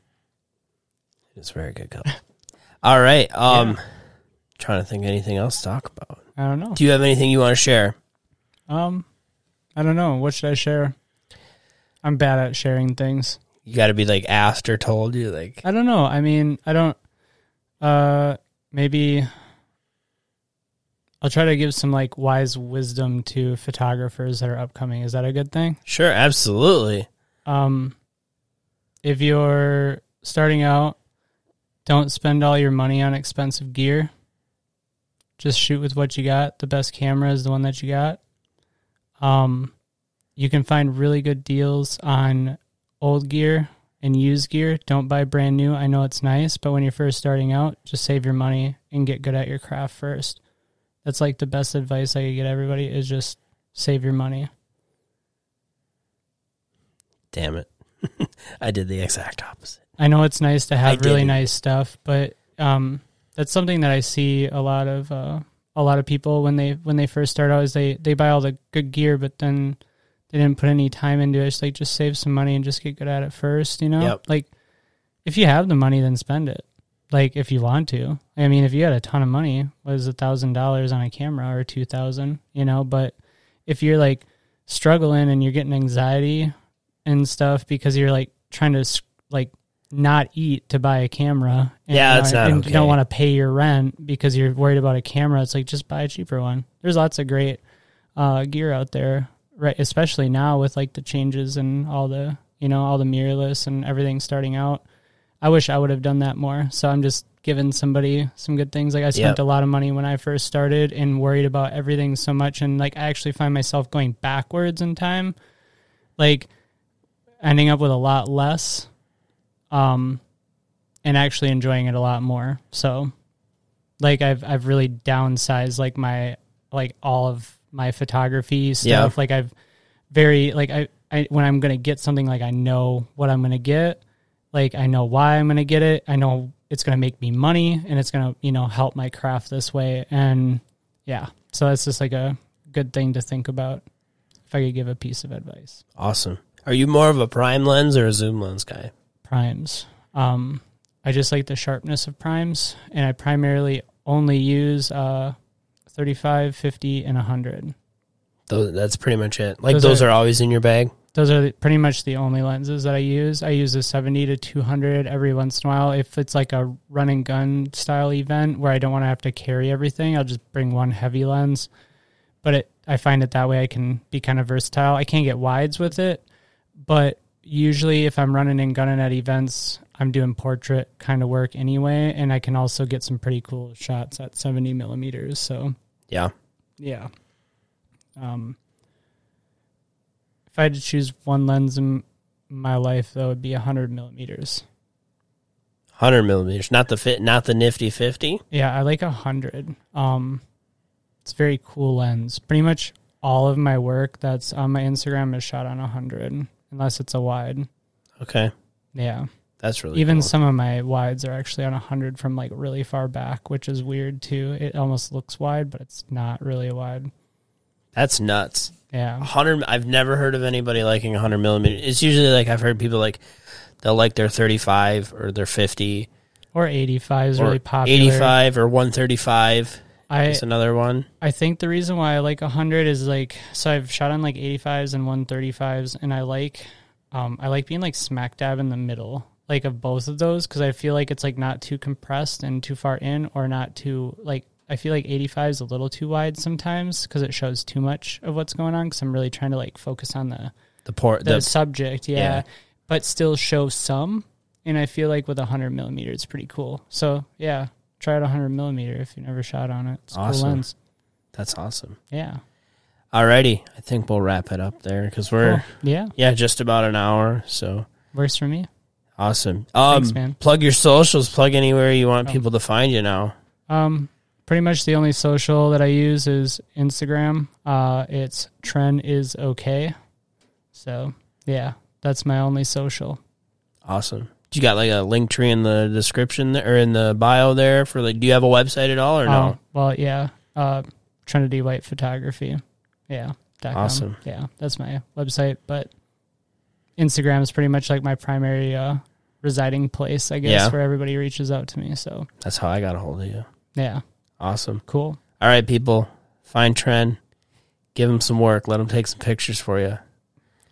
[SPEAKER 2] It's a very good color. All right. Um trying to think of anything else to talk about.
[SPEAKER 3] I don't know.
[SPEAKER 2] Do you have anything you want to share?
[SPEAKER 3] Um I don't know. What should I share? I'm bad at sharing things.
[SPEAKER 2] You got to be like asked or told you like
[SPEAKER 3] I don't know. I mean, I don't. Uh, maybe I'll try to give some like wise wisdom to photographers that are upcoming. Is that a good thing?
[SPEAKER 2] sure, absolutely.
[SPEAKER 3] Um, if you're starting out, don't spend all your money on expensive gear. Just shoot with what you got. The best camera is the one that you got. Um, you can find really good deals on old gear and used gear. Don't buy brand new. I know it's nice, but when you're first starting out, just save your money and get good at your craft first. That's like the best advice I could get everybody is just save your money.
[SPEAKER 2] Damn it. *laughs* I did the exact opposite.
[SPEAKER 3] I know it's nice to have
[SPEAKER 2] I
[SPEAKER 3] really
[SPEAKER 2] didn't.
[SPEAKER 3] nice stuff, but um, that's something that I see a lot of uh, a lot of people when they when they first start out is they they buy all the good gear, but then they didn't put any time into it. It's like just save some money and just get good at it first, you know.
[SPEAKER 2] Yep.
[SPEAKER 3] Like if you have the money, then spend it. Like if you want to. I mean, if you had a ton of money, was a thousand dollars on a camera or two thousand, you know. But if you're like struggling and you're getting anxiety and stuff because you're like trying to s- like not eat to buy a camera. And
[SPEAKER 2] Yeah,
[SPEAKER 3] you
[SPEAKER 2] that's
[SPEAKER 3] know,
[SPEAKER 2] not
[SPEAKER 3] and You
[SPEAKER 2] okay.
[SPEAKER 3] don't want to pay your rent because you're worried about a camera. It's like just buy a cheaper one. There's lots of great uh, gear out there, right? Especially now with like the changes and all the you know all the mirrorless and everything starting out. I wish I would have done that more. So I'm just giving somebody some good things. Like I
[SPEAKER 2] Yep.
[SPEAKER 3] spent a lot of money when I first started and worried about everything so much, and like I actually find myself going backwards in time, like ending up with a lot less, um, and actually enjoying it a lot more. So like I've I've really downsized like my like all of my photography stuff.
[SPEAKER 2] Yeah.
[SPEAKER 3] Like I've very like I, I when I'm gonna get something like I know what I'm gonna get. Like I know why I'm gonna get it. I know it's gonna make me money and it's gonna, you know, help my craft this way. And yeah. So that's just like a good thing to think about if I could give a piece of advice.
[SPEAKER 2] Awesome. Are you more of a prime lens or a zoom lens guy?
[SPEAKER 3] Primes. Um I just like the sharpness of primes, and I primarily only use uh, 35, 50, and 100.
[SPEAKER 2] Those, that's pretty much it. Like
[SPEAKER 3] Those
[SPEAKER 2] those,
[SPEAKER 3] are-
[SPEAKER 2] are, always in your bag.
[SPEAKER 3] Those are the- pretty much the only lenses that I use. I use the 70 to 200 every once in a while. If it's like a run and gun style event where I don't want to have to carry everything, I'll just bring one heavy lens. But it, I find it that way I can be kind of versatile. I can't get wides with it, but usually if I'm running and gunning at events, I'm doing portrait kind of work anyway, and I can also get some pretty cool shots at 70 millimeters. So
[SPEAKER 2] Yeah.
[SPEAKER 3] yeah. Um, if I had to choose one lens in my life, that would be 100 millimeters.
[SPEAKER 2] 100 millimeters, not the fit, not the nifty 50.
[SPEAKER 3] Yeah, I like 100. Um, it's a very cool lens. Pretty much all of my work that's on my Instagram is shot on 100, unless it's a wide.
[SPEAKER 2] Okay.
[SPEAKER 3] Yeah.
[SPEAKER 2] That's really
[SPEAKER 3] Even
[SPEAKER 2] cool.
[SPEAKER 3] some of my wides are actually on 100 from like really far back, which is weird too. It almost looks wide, but it's not really wide.
[SPEAKER 2] That's nuts.
[SPEAKER 3] Yeah.
[SPEAKER 2] 100 I've never heard of anybody liking 100 millimeters. It's usually like I've heard people like they'll like their 35 or their 50
[SPEAKER 3] Or 85 is
[SPEAKER 2] or
[SPEAKER 3] really popular.
[SPEAKER 2] 85 or 135
[SPEAKER 3] I,
[SPEAKER 2] is another one.
[SPEAKER 3] I think the reason why I like 100 is like so I've shot on like 85s and 135s and I like um I like being like smack dab in the middle like of both of those cuz I feel like it's like not too compressed and too far in or not too like I feel like 85 is a little too wide sometimes cuz it shows too much of what's going on cuz I'm really trying to like focus on the
[SPEAKER 2] The port
[SPEAKER 3] the,
[SPEAKER 2] the,
[SPEAKER 3] subject, yeah,
[SPEAKER 2] yeah.
[SPEAKER 3] but still show some and I feel like with 100 millimeter it's pretty cool. So, yeah, try out 100 millimeter if you never shot on it. It's a
[SPEAKER 2] Awesome.
[SPEAKER 3] cool lens.
[SPEAKER 2] that's awesome.
[SPEAKER 3] Yeah.
[SPEAKER 2] Alrighty, I think we'll wrap it up there cuz we're
[SPEAKER 3] Cool. Yeah,
[SPEAKER 2] yeah, just about an hour, so
[SPEAKER 3] works for me.
[SPEAKER 2] awesome. Um
[SPEAKER 3] Thanks, man. Oh.
[SPEAKER 2] plug your socials, plug anywhere you want people to find you now.
[SPEAKER 3] Um, pretty much the only social that I use is Instagram. Uh, it's trend is okay. So yeah, that's my only social.
[SPEAKER 2] Awesome. You got like a link tree in the description there, or in the bio there for like do you have a website at all or no?
[SPEAKER 3] Um, well, yeah. Uh, Trinity White Photography. Yeah. dot com.
[SPEAKER 2] Awesome.
[SPEAKER 3] Yeah, that's my website. But Instagram is pretty much like my primary uh, residing place, I guess,
[SPEAKER 2] Yeah.
[SPEAKER 3] where everybody reaches out to me. So
[SPEAKER 2] That's how I got a hold of you.
[SPEAKER 3] yeah,
[SPEAKER 2] Awesome.
[SPEAKER 3] cool.
[SPEAKER 2] All right, people, find Trent, give him some work, let him take some pictures for you.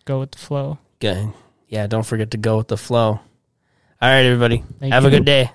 [SPEAKER 3] Go with the flow.
[SPEAKER 2] Gang. Yeah, don't forget to go with the flow. All right, everybody,
[SPEAKER 3] Thank
[SPEAKER 2] have a
[SPEAKER 3] you.
[SPEAKER 2] good day.